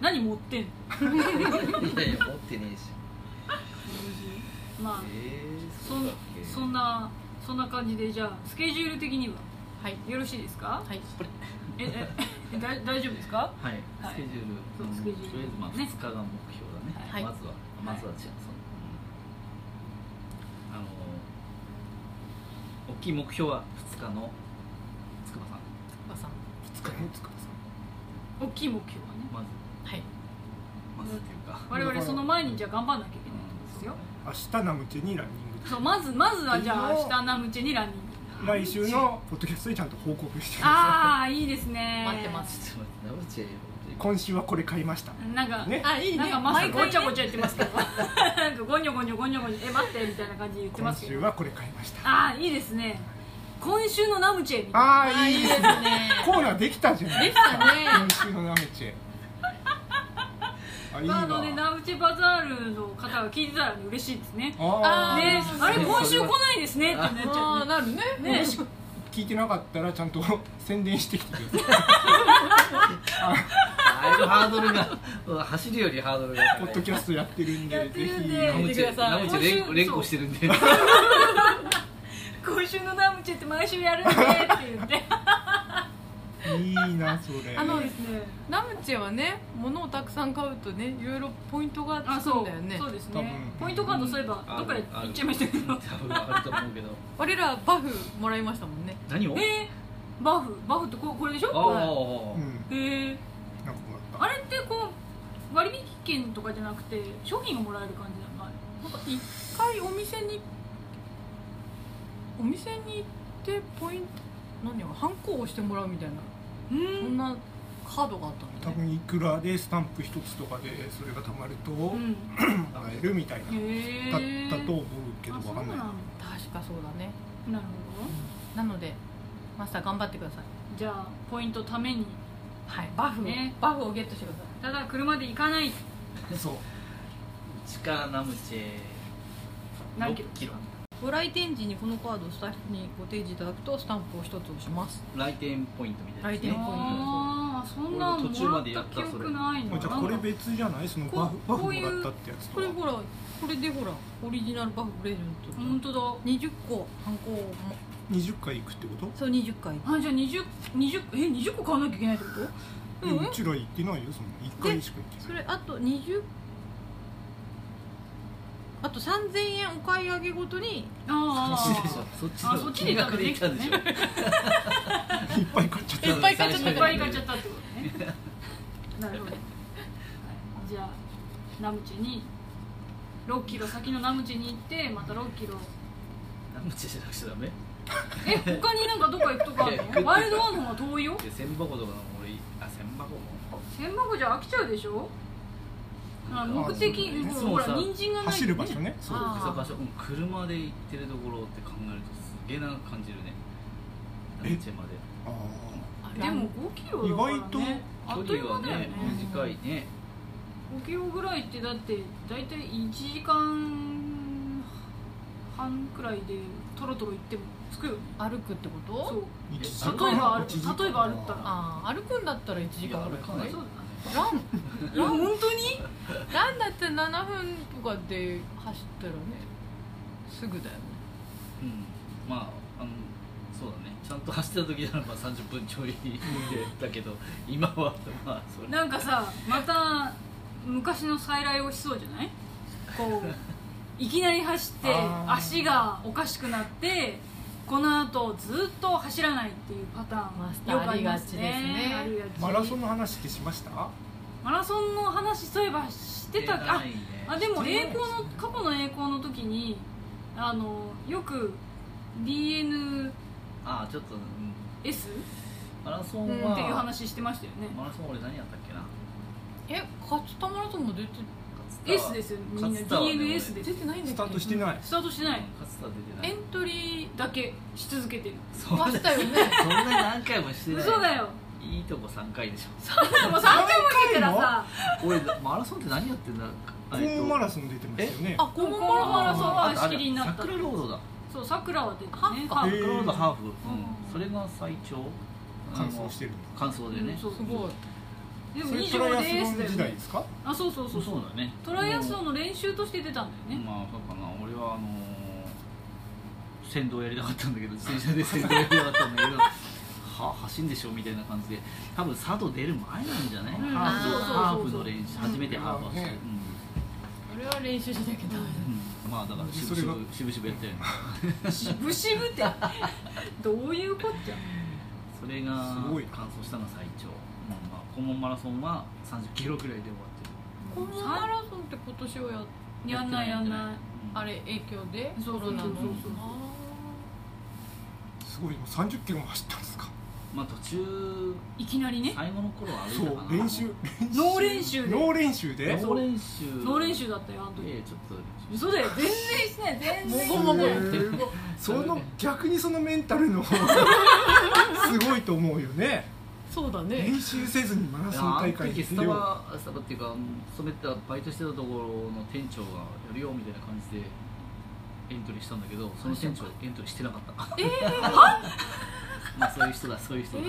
S2: 何持ってんの
S1: いやいや持ってねえし
S2: まあ
S1: えー
S2: そ
S1: うんだっけ
S2: そんなそんな感じでじゃあスケジュール的には
S6: はい
S2: よろしいですか
S6: はい
S2: ええだ大丈夫ですか
S1: はい、
S2: はい
S1: スケジュール、
S2: そう
S1: うん
S2: スケジュール
S1: とりあえずまあ
S2: ね
S1: 2日が目標だね、
S6: はい
S1: まずは、まずは違う、そのうんあのー大きい目標は2日の筑波さん
S6: 筑波山
S4: 2日もつか
S2: 大きい目標はね
S1: まず
S6: はい
S1: まずっていうか、
S2: 我々その前にじゃあ頑張んなきゃいけないんですよ
S4: 明日ナムチェにランニン
S2: そうまずまずはじゃあ明日ナムチェにランニング
S4: グ来週のポッドキャストでちゃんと報告してくださ
S2: ああいいですね
S6: 待ってま
S1: ち
S6: す
S1: ょっと待ってナムチェ
S4: い今週はこれ買いました
S2: なんか
S4: ね
S6: あいいね
S2: なんかマス
S6: 毎
S2: クご
S6: 回
S2: ちゃごちゃ言ってますけど なんかゴニョゴニョゴニョゴニョえ待ってみたいな感じで言ってま
S4: 今
S2: すけ
S4: 週
S2: ど
S4: はこれ買いました
S2: ああいいですね今週のナムチェみたいな
S4: あ
S6: あ
S4: あ
S6: い
S4: い
S6: い
S4: い
S6: で
S4: ですす
S6: ね
S4: ねコーナーできたじゃない
S6: で
S4: で
S6: き
S4: すか
S6: たね
S4: 今週のナムチェあいい
S2: まああ
S4: わ
S2: のねナムチェバザールの方が聞いてたらね嬉しいですねね
S4: あー
S2: あれ今週来ないですねってなっちゃ
S3: あ
S2: う
S3: あなるね
S2: ねね
S4: 聞いてなかったらちゃんと宣伝してきて くださ
S1: だい ぶハードルがうん走るよりハードルが
S4: いポッドキャストやってるんで
S2: やってるんで
S1: ナ
S4: ぜ
S1: ムチェナムチェ連
S2: 今週
S1: 連呼してるんで
S2: 今週のナムチェって毎週やるんでって言って
S4: ひいいなそれ
S3: あの
S2: そうですね
S3: ナムチェはね物をたくさん買うとねいろいろポイントが
S2: あ
S3: つく
S2: そ
S3: ん
S2: う
S3: だよね
S2: そうです
S4: 多
S2: ね
S4: 分
S2: ポイントカードそういえば
S1: あ
S2: どっかで
S1: ある
S2: 行っちゃいましたけど
S1: 多分あると思うけど
S3: 我らバフもらいましたもんね
S1: 何を
S2: えー、バフバフってここれでし
S1: あああああ
S2: ょ
S4: う
S1: あ
S4: ん
S2: へえ
S4: なんか
S2: あれってこう割引券とかじゃなくて商品がもらえる感じじゃない
S3: なんか一回お店にお店に行ってポイント何やろハンコを押してもらうみたいな
S2: う
S3: そ
S2: ん
S3: んなカードがあった
S4: 多
S3: のね
S4: 分いくらでスタンプ一つとかでそれがたまると
S2: う
S4: も
S2: ん
S4: らえるみたいな
S2: へえ
S4: だったと思うけど
S2: あ
S4: わ
S2: そう
S4: か
S2: なん
S4: んない
S2: だ
S3: 確かそうだね
S2: なるほど
S3: なのでマスター頑張ってください
S2: じゃあポイントために
S3: はいバフを、
S2: ね
S3: バフをゲットしてください
S2: ただ車で行かない
S4: そう
S1: うちからナムチェ
S2: 何キロ
S1: 6キロ
S3: ご来店時にこのカードをスタッフにご提示いただくとスタンプを一つ押します
S1: 来店ポイントみたいな
S3: 来店ポイント
S2: ああそんな
S1: 俺
S2: も
S1: 途中
S2: ら
S1: ま
S2: っ
S1: でや
S2: た
S1: った
S2: 記憶ないの
S4: じゃあこれ別じゃないそのバフ
S2: こ
S4: バ
S2: うこ
S4: フも
S2: ういう
S4: らったってやつと
S3: これほ
S4: から
S3: これでほらオリジナルバフプレゼント
S2: 本当だ
S3: 20個ハンコをも
S4: 20回行くってこと
S3: そう20回
S2: あじゃあ 20, 20え20個買わなきゃいけないってこと
S3: うん
S4: えうちら行ってないよその1回しか行って
S3: そ
S4: ない
S3: れあと20あと3000円お買い上げごとに
S2: あ
S1: そっちでし
S2: あ
S1: ょ
S2: あ
S1: そ
S2: そ
S1: っ
S2: っ
S1: ち
S2: ち
S1: で
S2: で
S1: 金額でいったんでしょ
S4: いっぱい買っちゃった
S1: いっぱい買っちゃった
S2: いっぱい買っちゃったってことねなるほど、はい、じゃあナムチェに6キロ先のナムチェに行ってまた6キロ
S1: ナムチェじゃなくちゃダメい
S2: え他になんかどっか行くとかある
S1: いや行くっていう
S2: の
S1: か
S2: ワイルドワンの方が遠いよ
S1: や千箱とかの俺あ千箱も
S2: 千箱じゃ飽きちゃうでしょあ
S1: なんか
S2: 目的
S1: いつ
S2: ほ
S1: も
S2: ら
S1: さ
S2: 人参がない
S4: 走る場所ね
S1: そう
S2: あー
S1: 場所うん車で行ってるところって考えるとすげえな感じるねナ
S4: え
S1: ムチェまで
S4: あ
S2: でも5キロだから、ね、
S4: 意外と
S2: あっという
S1: 距離
S2: 間
S1: は
S2: だよね
S1: ね短いね
S2: 5キロぐらいってだって大体1時間半くらいでトロトロ行っても着くよね
S3: 歩くってこと
S2: そう
S4: あ1時
S2: 例えば歩く例
S4: 間
S2: えば歩ったら
S3: ああ歩くんだったら1時
S1: いや
S3: 間
S1: あ
S3: ぐ
S1: れ
S3: らい
S1: かなり
S2: そうだ
S6: ラ ン
S2: いや本当に
S6: ランだって7分とかで走ったらねすぐだよね
S1: うんまああのそうだねちゃんと走ってた時ならば30分ちょいでだけど今はまあそれ
S2: なんかさまた昔の再来をしそうじゃないこういきなり走って
S4: あー
S2: 足がおかしくなってこの後ずっと走らないっていうパタ
S6: マス
S2: ーン
S6: ター
S2: よくありますね
S6: ありがちで
S4: マラソン
S2: ン
S4: の話ってしました
S2: マラソンの話そういえばしてたか
S1: ないね
S2: あでも
S4: してな
S2: 栄
S4: い
S2: 光の過去の栄光の時にあのよく DNS
S1: あちょっと、うん、マラソ
S6: うん
S1: ン
S2: っていう
S1: は、
S2: 話してましたよね
S1: マラソン俺何やったっけな
S6: え勝田マラソンも出て
S2: S ですよみんな
S1: 勝田はね
S2: DNS です
S6: 出てないんだっけ
S4: スタートしてない
S2: スタートして
S1: 俺
S2: な
S1: う
S2: い
S1: ん勝田は出てな
S6: エ
S1: い
S6: ントリ
S2: だけし続けてる
S1: そ
S6: ー
S1: んな
S6: はしたよ ね
S1: そんな何回もしてない
S2: 嘘だよ
S1: いいとこ3回でしょ
S2: でも3回も来てたらさ
S1: 俺マラソンって何やってんだ
S4: コーンマラソン出てましたよね
S6: あコ
S2: 高
S6: モ
S2: 校
S6: ンマ
S2: のマ
S6: ラ
S2: ラソ
S6: ソ
S2: ン
S6: ン
S2: は足切りになった
S1: 桜ロードだ
S2: そうさくらは出たね
S6: ハーフか
S1: 桜ロードハーフ、
S2: ん
S1: それが最長
S4: 完走してるんで
S1: 完走でね、
S2: うんそう
S6: すごい
S2: ですも
S4: それト
S2: 25
S4: ラ
S2: で
S4: イアスロ
S2: ー
S4: ン
S2: ス
S4: 時
S2: だ
S4: 代
S2: よね
S4: ですか
S2: あそうそうそ
S1: そううそうだね
S2: トライアスロンの練習として出たんだよね
S1: まあそうかな俺はあのー、先導やりたかったんだけど自転車で先導やりたかったんだけどは走んでしょみたいな感じで多分佐渡出る前なんじゃない、
S2: うん
S1: ハ
S6: あ
S1: ーフ
S6: ー
S1: ハー
S2: そう
S1: フ
S2: そうそう
S1: の練習初めてハーフ走って、
S4: うん
S6: 俺は練習しなきゃダメ
S1: うんうんまあだからしぶしぶしぶしぶやったよね
S2: 渋々ってどういうこっちゃ
S1: それが
S4: すごい
S1: 完走したのが最長、うんまあ、コモンマラソンは30キロくらいで終わって
S6: コ
S1: る
S6: モンマラソンって今年はや
S2: やんないやん
S1: や
S2: な
S1: っ
S2: い
S6: あれ影響で
S2: そうそうそうそう
S4: すごいもう30キロも走ったんですか
S1: まあ途中
S2: いきなりね
S1: 最後の頃は歩
S4: そ
S1: いたかな
S4: う練習
S2: 脳練習で
S4: 脳練習で
S1: 脳練習
S2: 脳練習だったよあの時
S1: でちょっと
S2: 嘘だよ全然してない全然してない
S4: もその逆にそのメンタルのすごいと思うよね
S6: そうだね
S4: 練習せずにマ
S1: い
S4: ラ
S1: や
S4: ソン
S1: あ
S4: 大
S1: の
S4: 会に
S1: 時
S4: 出
S1: スタ
S4: よ
S1: バスタバっていうか勤めてたバイトしてたところの店長がやるよみたいな感じでエントリーしたんだけどその店長エントリーしてなかったええ まあそういう人だそういう人だ、
S4: う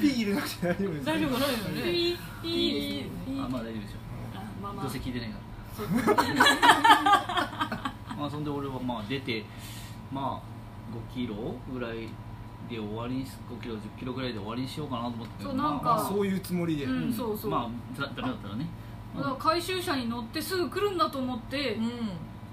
S4: ピー入れなくて大丈夫です
S6: 大丈夫ないよね
S2: いいいい
S1: あまあ大丈夫でしょ
S2: あまあま
S1: どう
S2: あ
S1: せ聞いてない からまあそんで俺はまあ出てまあ5キロぐらいで終わりにし5キロ1 0キロぐらいで終わりにしようかなと思ってたけど
S2: そうなんか
S1: まあまあ
S4: そういうつもりで、
S2: うんそうそう
S1: まあだダメだったらね
S2: だから回収車に乗ってすぐ来るんだと思って、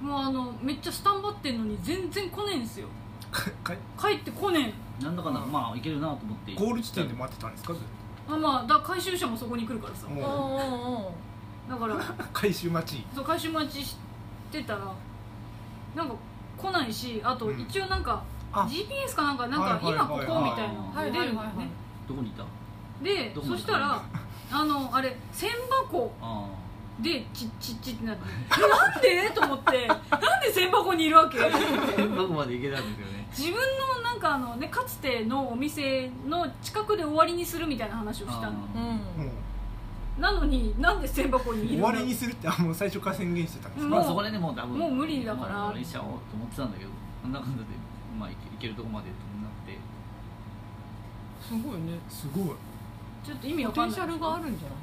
S6: う
S2: もうあのめっちゃスタンバってんのに全然来ねえんすよ
S4: かか
S2: 帰ってこね
S1: なんだかんだまあいけるなと思って
S4: ゴール地点で待ってたんですかずっ
S2: えあまあだから回収車もそこに来るからさ
S4: と
S6: ん
S4: も
S6: お
S2: だから
S4: う回収待ち
S2: そう回収待ちしてたらなんか来ないしあと
S4: うん
S2: 一応なんか、
S4: あ
S2: GPS かなんかなんか
S4: はい
S2: 今
S4: はい
S2: ここ
S4: は
S2: み
S4: い
S2: たい
S1: あ
S2: な
S6: ーおーお
S1: ー
S2: の
S6: ー
S2: が出るんだよね
S1: どこにいたあ
S2: で
S1: どこ
S2: そしたらあのあれ千箱
S1: あ
S2: でチッチッチッってなってえなんでと思ってなんで千箱にいるわけ
S1: 天国まで行けたんですよね
S2: 自分のなんかあの、ね、かつてのお店の近くで終わりにするみたいな話をしたの
S6: うんう
S4: も
S6: ん
S4: う
S2: なのになんで千箱にいる
S4: 終
S2: の
S4: わりにするってあもう最初から宣言してたんです
S1: ま
S4: か、
S1: あそこでねもう多分
S2: もう無理だから
S1: まあ、しちゃおうと思ってたんだけどなんだかんだでまあいけいけるとこまでとなって
S6: すごいね
S4: すごい
S2: ちょっと意
S6: ポ
S2: 味わ
S6: テ
S2: かん
S6: ン
S2: ない
S6: シャルがあるんじゃない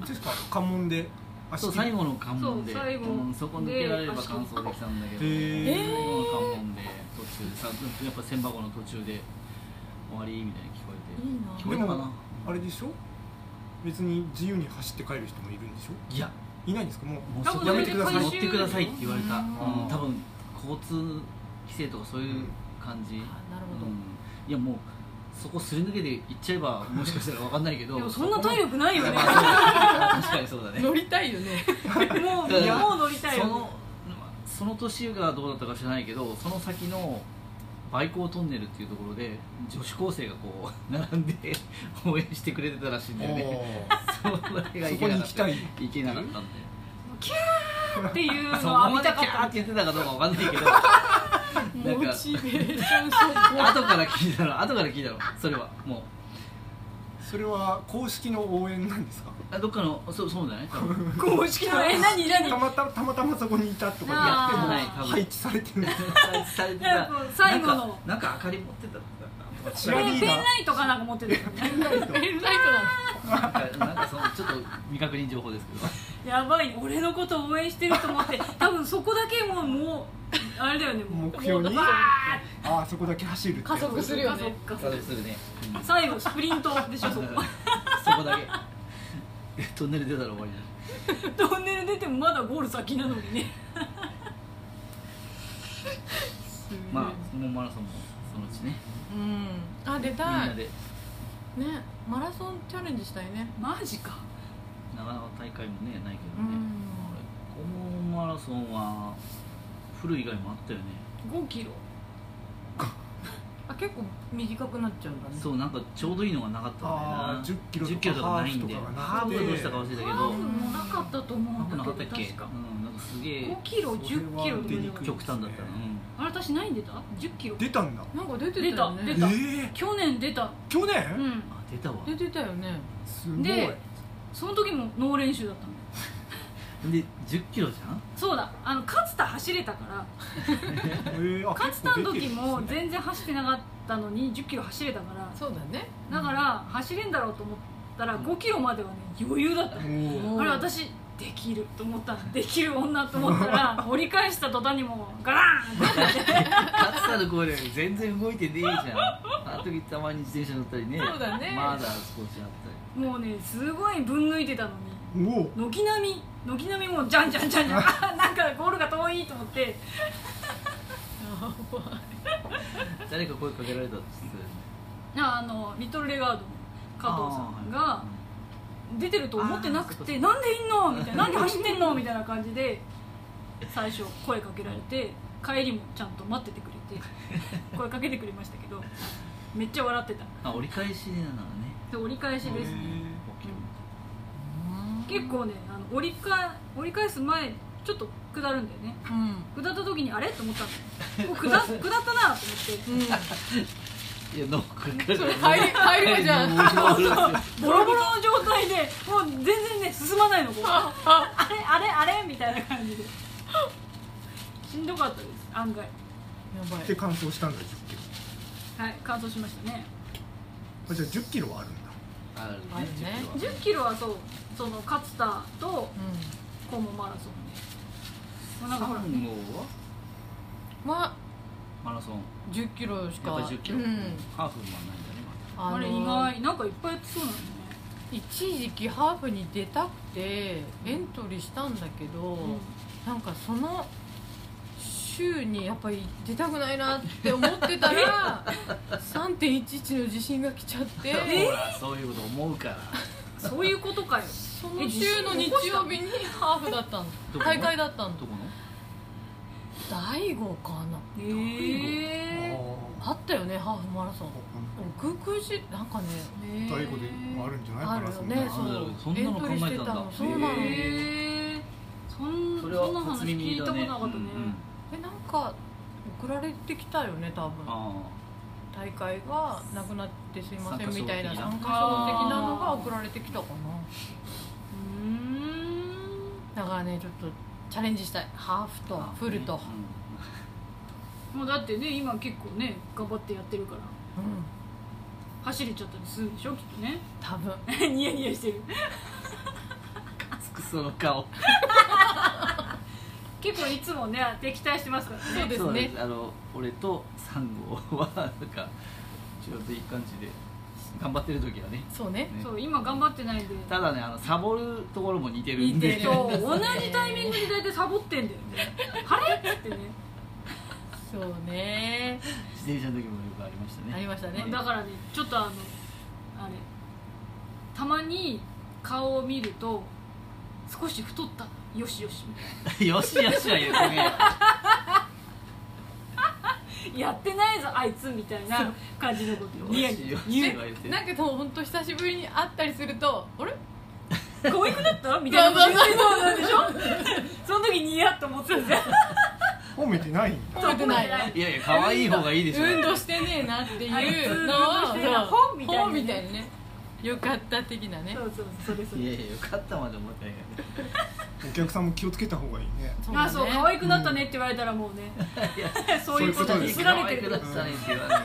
S4: 確か関門で足
S1: そう最後の関門で
S2: そう最後
S1: んそこ抜けられれば完走できたんだけど、
S4: へー
S1: 最後の関門で途中さやっぱ千箱の途中で終わりみたいに聞こえて
S6: いいな
S1: 聞こえたか
S4: で
S1: な
S4: もあれでしょ別に自由に走って帰る人もいるんでしょ
S1: いや
S4: いないんですかもう
S1: もう
S2: 多
S1: そ
S2: 分
S1: こやめてください乗
S2: 回
S1: っ
S2: 収
S1: てくださいって言われた、
S6: う
S1: うんん、多分交通規制とかそういう感じ、
S6: あなるほど
S1: うんいやもうそこすり抜けて行っちゃえばもしかしたら分かんないけど
S2: でもそんな体力ないよ ねも
S1: 確かにそうだね
S6: 乗りたいよね
S2: うもう乗りたい
S1: そ
S2: よね
S1: のその年がどうだったか知らないけどその先のバイコートンネルっていうところで女子高生がこう 並んで応援してくれてたらしいんだよね それが
S4: そ
S1: いけ
S4: こ
S1: な
S4: に行
S1: かっ
S4: き
S1: た
S4: たい
S1: 行けなかったんで
S2: っていう
S1: そ
S2: の
S1: こ
S2: は
S1: ま
S2: 見
S1: で
S2: た
S1: キ
S2: かっ
S1: ャーっ
S2: た
S1: て言ってたかどうかわかんないけどなん
S6: モ
S1: か
S6: チベーションそこ
S1: 後から聞いたら後から聞いたらそれはもう
S4: それは公式の応援なんですか
S1: あどっかのそうそうじゃない多分
S2: 公式のえ何何
S4: たまたまたまたまそこにいたとか
S1: やっても
S4: で
S1: ない
S4: やっ
S1: 多
S4: ても
S1: 分
S4: 配置されてる
S1: されてた
S2: いやこう最後の
S1: なんかなんか明かり持ってたんだ
S4: チ
S2: ペン
S4: アリー
S2: ペンラ
S4: ダ
S2: イトかなんか持ってたよね
S4: ー
S3: ペンライトなの
S1: なんかなんかそのちょっと未確認情報ですけど
S2: やばい俺のこと応援してると思って多分そこだけもうもうあれだよねもう
S4: 目標に
S2: もうわ
S4: ああそこだけ走るって
S3: 加速するよね
S2: ー
S1: 家族するね、うん
S2: 最後スプリントでしょそこ
S1: そこだけトンネル出たら終わりだ
S2: トンネル出てもまだゴール先なのにね
S1: まあもうマラソンもそのうちね
S3: うんあ出
S1: みん
S3: たい
S1: なで
S3: ねマラソンチャレンジしたいね
S2: マジか
S1: なかなか大会もねないけ
S3: う
S1: どね
S3: ん
S1: このマラソンは古い以外もあったよね
S2: 5キロ
S3: あ結構短くなっちゃうんだね
S1: そうなんかちょうどいいのがなかったんだよ
S4: あ
S1: な
S4: ー10キロとか
S1: とかないんで
S4: ハーフとかがなくて
S1: ハーフがどうしたか忘れたけど
S2: ハーフもなかったと思
S1: ハー
S2: う
S1: フ
S2: ん
S1: な
S2: だ
S1: かった
S2: け
S1: っ
S2: ど
S1: け
S2: 確か
S1: うんなんかすげえ
S2: 5キロ10キロ
S4: 出に
S2: と
S4: く
S2: か
S4: い
S1: 極端だったな、
S2: あれ私何出た10キロ
S4: 出たんだ
S3: なんか出てたよ
S4: え
S2: 出
S3: ね
S2: た
S4: え
S2: 去年出た
S4: 去年
S2: うん
S1: あ出たわ
S3: 出てたよね
S4: すごい
S2: でその時も脳練習だったの
S1: で1 0キロじゃん
S2: そうだあの勝田走れたから
S4: えーあ
S2: 勝
S4: 結
S2: 田
S4: 構
S2: の
S4: 出て
S2: 時
S4: る
S2: も全然走ってなかったのに1 0キロ走れたから
S3: そうだね
S2: だから走れんだろうと思ったら5キロまではね余裕だったの
S4: お
S2: あれ私できると思ったのできる女と思った ら折り返した途端にもうガラーンって
S1: 暑さの声で全然動いてねえじゃんあの時たまに自転車乗ったりね
S3: そうだね
S1: まだ少しあっ
S2: もうねすごいぶん抜いてたの
S4: ーおー
S2: に軒並み軒並みもうじゃんじゃんじゃん じゃんあーなんかゴールが遠いと思って
S1: たり誰か声かけられたって言ってたよね
S2: あのリトルレガードの加藤さんが
S1: あ
S2: 出てると思ってなく
S1: あ
S2: て「
S1: ー
S2: なんでいんの?」みたい な「なんで走ってんの?」みたいな感じで最初声かけられて帰りもちゃんと待っててく れて声かけてくれましたけどめっちゃ笑ってた
S1: ーはいあ折り返しなのね
S2: で折り返しです
S4: へー
S1: 5キロ
S2: 結構ねあの折りか折り返す前ちょっと下るんだよね
S3: うん
S2: 下った時に「あれ?」と思ったのお下 下ったなと思って
S3: うん
S1: いやノック
S3: それ入り入るじゃん
S2: ボロボロの状態でもう全然ね進まないのこうあれあれあれみたいな感じでしんどかったです案外
S3: やばい
S4: って完走したんだ10キロ
S2: はい完走しましたね
S4: あじゃあ10キロはあるんだ
S1: ある
S3: あるね
S1: ね
S2: 1 0キロはそうその勝田と
S3: うん
S2: コモマラソンでもうなんかほら
S1: 3号は
S3: ま
S1: マラソン
S3: あ10キロしか
S1: やっぱ10キロ
S3: うん
S1: ハーフもないんだねまだ
S3: あ
S2: あ
S3: の
S2: れ意外なんかいっぱいやってそうなのね
S3: 一時期ハーフに出たくてエントリーしたんだけど、なんかその週にやっぱり出たくないなって思ってた ら3.11の地震が来ちゃ って
S1: ほらそういうこと思うから
S2: そういうことかよ
S3: その週の日曜日にハーフだったの
S1: どこ
S3: 大会だったの
S1: どこの
S3: 大悟かな
S2: へ
S4: あー
S2: え
S3: あったよねハーフマラソン奥久慈なんかね
S4: 太鼓でもあるんじゃない
S3: あ
S4: か
S3: る
S4: な
S3: よ
S4: そんな
S3: ね
S1: そんなそう
S3: そ
S1: う
S3: エントリーしてたのそ
S1: そ
S3: うん
S1: な
S3: なの
S1: の考
S3: え
S1: え
S3: え
S2: へえそんそんな話聞いたことなかったね
S1: うん
S3: なんか送られてきたよね多分
S1: あ
S3: 大会がなくなってすいませんみたいな参
S1: 参
S3: 加
S2: 加賞的な
S3: 賞的なのが送られてきたか
S2: うーん
S3: なだからねちょっとチャレンジしたいハーフと
S1: あ
S3: フルと、
S1: うん
S2: もうだってね今結構ね頑張ってやってるから
S3: うん、
S2: 走れちゃったりするでしょきっとね
S3: 多分
S2: ニヤニヤしてる
S1: つくその顔
S2: 結構いつもね敵対してますからね
S3: そうですね
S1: なんあの俺と三号はなんかちょうどいい感じで頑張ってる時はね
S3: そうね
S1: ね
S2: そう今頑張ってないんで
S1: ただねあのサボるところも似てるん
S3: 似
S1: で
S3: てる
S2: そう同じタイミングで大体サボってんだよねあれっつってね
S3: そうね
S1: 自転車の時もよくありましたね
S3: ありましたね
S2: だからねちょっとあのあれたまに顔を見ると少し太ったよしよしみた い
S1: よしよしは言 うてね
S2: なやってないぞあいつみたいな感じのことをニヤニ
S1: よしよしは言うて
S3: なんかでも本当久しぶりに会ったりするとあれ
S2: ヤ可愛くなったみたいな
S3: そう
S2: 言
S3: そう
S2: ってそうなんでしょその時ニヤッと思ってたんですよ
S4: 褒めてないんだ
S3: 覚えてない
S1: いやいや可愛い方がいいでしょ
S3: 運動してねえなって
S2: あい
S3: い
S2: つ運
S3: うの
S2: 動
S3: は
S2: してない
S3: そう
S2: 本みたいなね
S3: 本みたいなねよかった的なね
S2: そうそうそうそれそ
S1: い
S2: れ
S1: やいやよかったまで思ってないか
S4: お客さんも気をつけた方がいいね
S2: あそう可
S3: い
S2: 愛くなったねって言われたらもうねそういうこと
S4: そう
S2: に
S4: いうことです
S1: ら
S2: ら
S1: ね
S2: れてる
S1: 可愛くなったねって言われる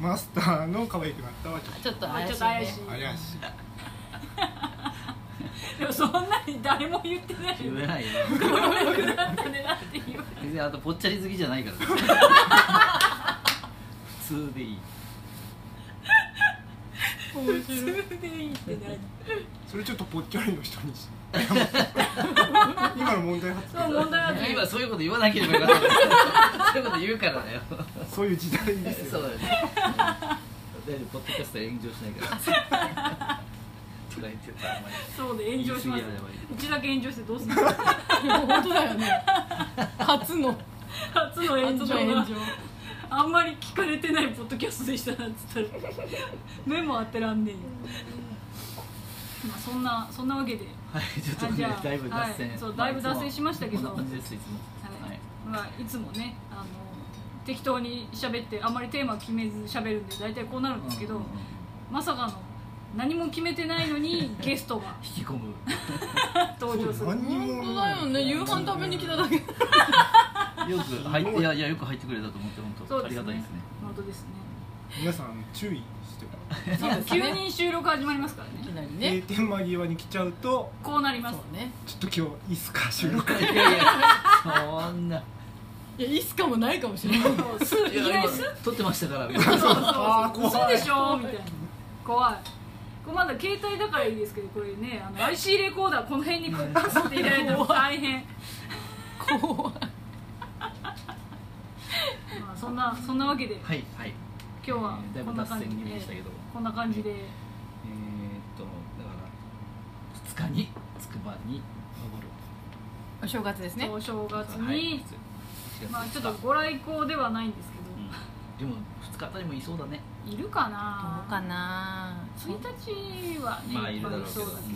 S4: マスターの可愛くなったはちょっ
S6: ちょっと
S2: あ
S6: 怪
S2: ちょっ
S6: し
S2: と
S6: い、
S2: 怪し
S6: ね
S2: い、
S4: と怪しい
S2: でもそんなに誰も言ってない
S1: 言えないね
S2: だったねだって言わ
S1: 全然あとぽっちゃり好きじゃ ないから普通でいい
S2: 普通でいいって
S4: それちょっとぽっちゃりの人にし今の問題発
S2: 何そう問題はね
S1: 今そういうこと言わなければ よかったそういうこと言うからだよ
S4: そういう時代です
S1: そう
S4: よ
S1: だよね大丈夫ポッドキャストは炎上しないからとか言ってたあんまり
S2: そうで炎上しま
S1: 言い過ぎ
S2: す
S1: やばいう
S2: ちだけ炎上してどうするの
S6: 本当だよね初の
S2: 初の炎
S6: 初
S2: 上
S6: の炎
S2: が
S6: 上
S2: あんまり聞かれてないポッドキャストでしたなんつったら目も当てらんねえよまあそんなそんなわけで
S1: はいちょっと
S2: あ
S1: ね
S2: じゃあ
S1: だいぶ脱線、
S2: はいそうだいぶ脱線しましたけど
S1: こんな感じですいつも
S2: はいまあ、いつもねあの適当に喋ってあんまりテーマ決めず喋るんで大体こうなるんですけど、
S1: うんうんうん
S2: まさかの何も決めてないのにゲストが
S1: 引き込む
S2: 登場する
S4: 何に
S6: 本
S4: も
S6: 当だよね夕飯食べに来ただけ
S1: よく入っていやいやよく入ってくれたと思って本当
S2: そう
S1: あ
S2: で
S1: り
S2: す
S1: がたい
S2: ね
S1: ですね
S2: 本当ですね
S4: 皆さん注意してた
S6: そうです
S2: 急
S6: ね
S2: に収録始まりますから
S6: いき
S2: ね
S6: なり
S4: 閉
S6: ね
S4: 店間際に来ちゃうと
S2: こうなり
S6: そ
S2: ます
S6: うね
S4: ちょっと今日いいっすか収録
S1: いやいやそんない
S6: やいつかもないかもしれ ない
S2: そうすいきなりす
S1: 今撮ってましたから
S4: ああ怖
S2: そう
S4: い
S2: でしょみたいな怖いこれまだ携帯だからいいですけどこれねあの IC レコーダーこの辺にこうガスって入れられたら大変
S6: 怖い
S2: まあそんなそんなわけで
S1: はいはい
S2: 今日は
S1: えーだいぶ
S2: こんな
S1: 脱
S2: 感
S1: 線
S2: じ
S1: 気
S2: で
S1: 味でしたけど
S2: こんな感じで
S1: えーっとだから2日につくばに登る
S6: お正月ですね
S2: お正月
S1: はい
S2: に
S1: 1月
S2: まあちょっ
S1: 2
S2: と
S1: 日
S2: ご来光ではないんです
S1: う
S2: け
S1: んでも2日あたりもいそうだね
S2: どいるか
S6: ど
S2: な
S6: うかな
S2: 1日はね
S1: まあ
S2: や
S1: い
S2: っ
S1: る
S2: ぱ
S1: だろ
S2: り
S1: うけ
S2: そ
S1: ど
S2: うだけ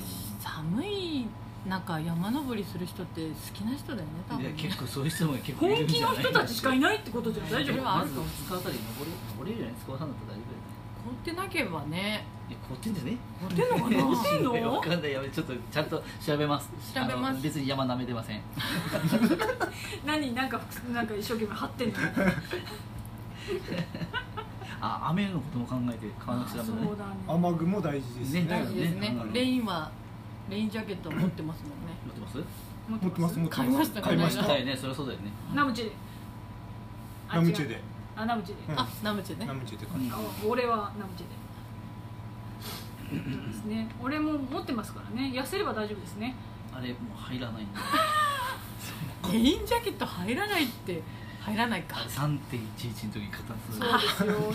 S6: 寒い中山登りする人って好きな人だよね多
S1: うんいや
S6: 分ね
S1: 結構そういう人も結構いる
S2: 本
S1: んじ
S2: 気
S1: ゃな
S2: の
S1: い
S2: 人たちしかいないってことじゃん大
S6: そ
S2: 丈
S6: れ
S2: 夫
S6: はあ
S1: ま
S6: る
S1: ず
S6: と思う
S1: 2日あたり登れ登れるじゃないですかわかんなかったら大丈夫だよね
S6: 凍ってなければね
S1: いや凍ってんじゃね
S6: 凍ってんのかな
S2: 凍ってんの
S1: いや わかんないやべちょっとちゃんと調べます
S6: 調べます
S1: あの別に山舐めてません
S2: 何なんかなんか一生懸命張ってんの
S1: あ雨のことも考えて買わなくちゃダメだね
S2: そうだね
S4: 雨具も大事ですね
S1: ね
S6: 大事ですね
S1: うん
S6: レインはレインジャケット持ってますもんね
S1: 持ってます
S2: 持っ
S4: 持ってます持って
S6: 買いました
S4: 買いまし
S1: 行
S4: た
S1: きたいねそりゃそうだよね
S2: ナムチェであ
S4: ラムチェ
S2: 違う
S4: で
S2: あナムチェで
S4: うん
S6: あナムチェね
S4: ラムチェで
S1: う
S4: 買い
S1: ん
S2: あ俺はナムチェでそうですね俺も持ってますからね痩せれば大丈夫ですね
S1: あれもう入らないんだ
S6: レインジャケット入らないって入らないか
S1: 3.11の時に買ったんです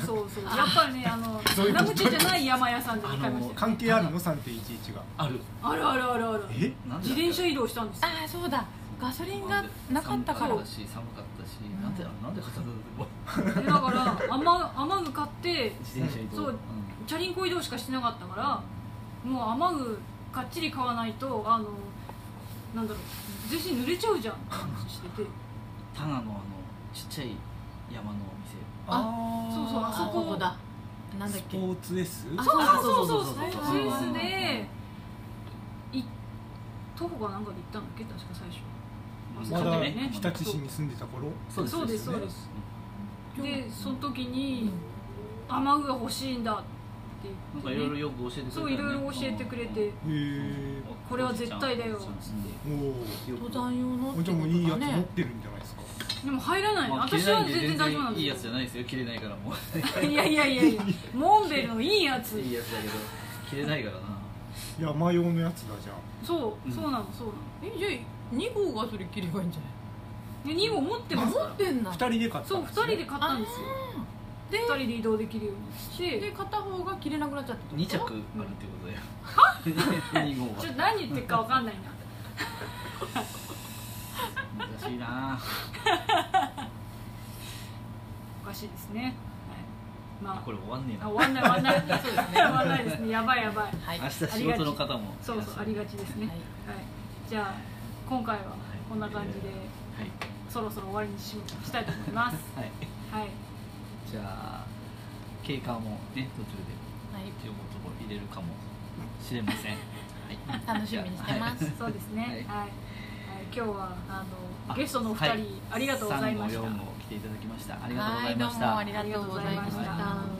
S2: そうですよ そうそうやっぱりねあの
S4: そういうこ
S2: ナ
S4: と
S2: ムチェじゃない山屋さんで買いましたよ
S4: 関係あるの3.11が
S1: ある
S2: あるあるあるある
S4: え
S1: なんで
S2: 自転車移動したんですよ
S6: ああそうだガソリンがなかったから
S1: 寒かったし寒かったし、なんでなんで買ったんだろう
S2: でだから雨雨具買って
S1: 自転車移動
S2: そうチャリンコ移動しかしてなかったからもう雨具がっちり買わないとあのなんだろう全身濡れちゃ うじゃんって話してて
S1: タナのあのちっちゃい山のお店
S4: あ
S2: そうそうあそ
S6: あ
S2: こ
S6: ここだなんだっ
S4: ス
S6: け
S4: ポーツ S?
S6: あ
S2: そうそうそ
S1: そそうそ
S2: うそうう
S1: う
S2: スイスでい徒歩かなんかで行ったんだっけ確か最初
S1: うん
S4: ま
S2: そう
S4: だ
S2: よね
S4: 日立市に住んでた頃
S1: そうです
S2: そうですそうですでその時に雨具が欲しいんだって言って、
S1: な
S2: ね、
S1: んかいろいろよく教えてくれたよね
S2: そういろいろ教えてくれて
S4: へえ
S2: これは絶対だよ
S4: お
S6: 登山用の
S4: おじゃあもういいやつ
S6: ね
S4: 持ってるんじゃないですか
S2: でも入らないの、
S1: まあ
S2: 私は全然大丈夫なん
S1: いい
S2: で
S1: やつ
S2: す
S1: じゃないですよ切れないからもう
S2: よいやいやいや いやモンベルのいいやつ
S1: いいやつだけど切れないからない
S4: や山用のやつだじゃ
S2: そう、
S1: うん
S2: そうなのそうなの
S6: えじゃあ2号がそれ着ればいいんじゃない
S2: で2号持ってます
S6: 持
S2: か
S6: ってんだ
S4: あ2人で買
S2: ら
S4: っ
S2: そ
S4: た
S2: うん2
S4: です
S2: 人
S4: ね
S2: で買ったんですよ
S6: で
S2: 2人で移動できるようにして
S6: で片方が着れなくなっちゃったってこと
S1: 2着あるってことだよは2号は
S2: ちょっと何言ってるかわかんないな
S1: 難しいな
S2: おかしいですね、はい、まあ
S1: これ終わんねえ
S2: あ
S1: な
S2: 終わんない終わんないそうですね終わんないですねやばいやばい
S6: はい
S1: 明日仕事の方も
S2: そうそうありがちですねは
S6: はいい、
S2: じゃあ今回はこんな感じで
S1: はい
S2: そろそろ終わりにししたいと思います
S1: はい
S2: はい
S1: じゃあ経過もね途中で
S6: は
S1: 情報とこ入れるかもしれません、はい
S6: い、楽しみにしてます、
S2: そうですねはい、はい、今日はあの
S1: あ
S2: ゲストのお二人、
S1: はい
S2: ありがとうございました
S1: 3号4号来ていただきましたありがとうござ
S6: はいいど
S1: ま
S6: う
S1: した
S6: もありがとうございまし
S2: ありがとうございました
S6: た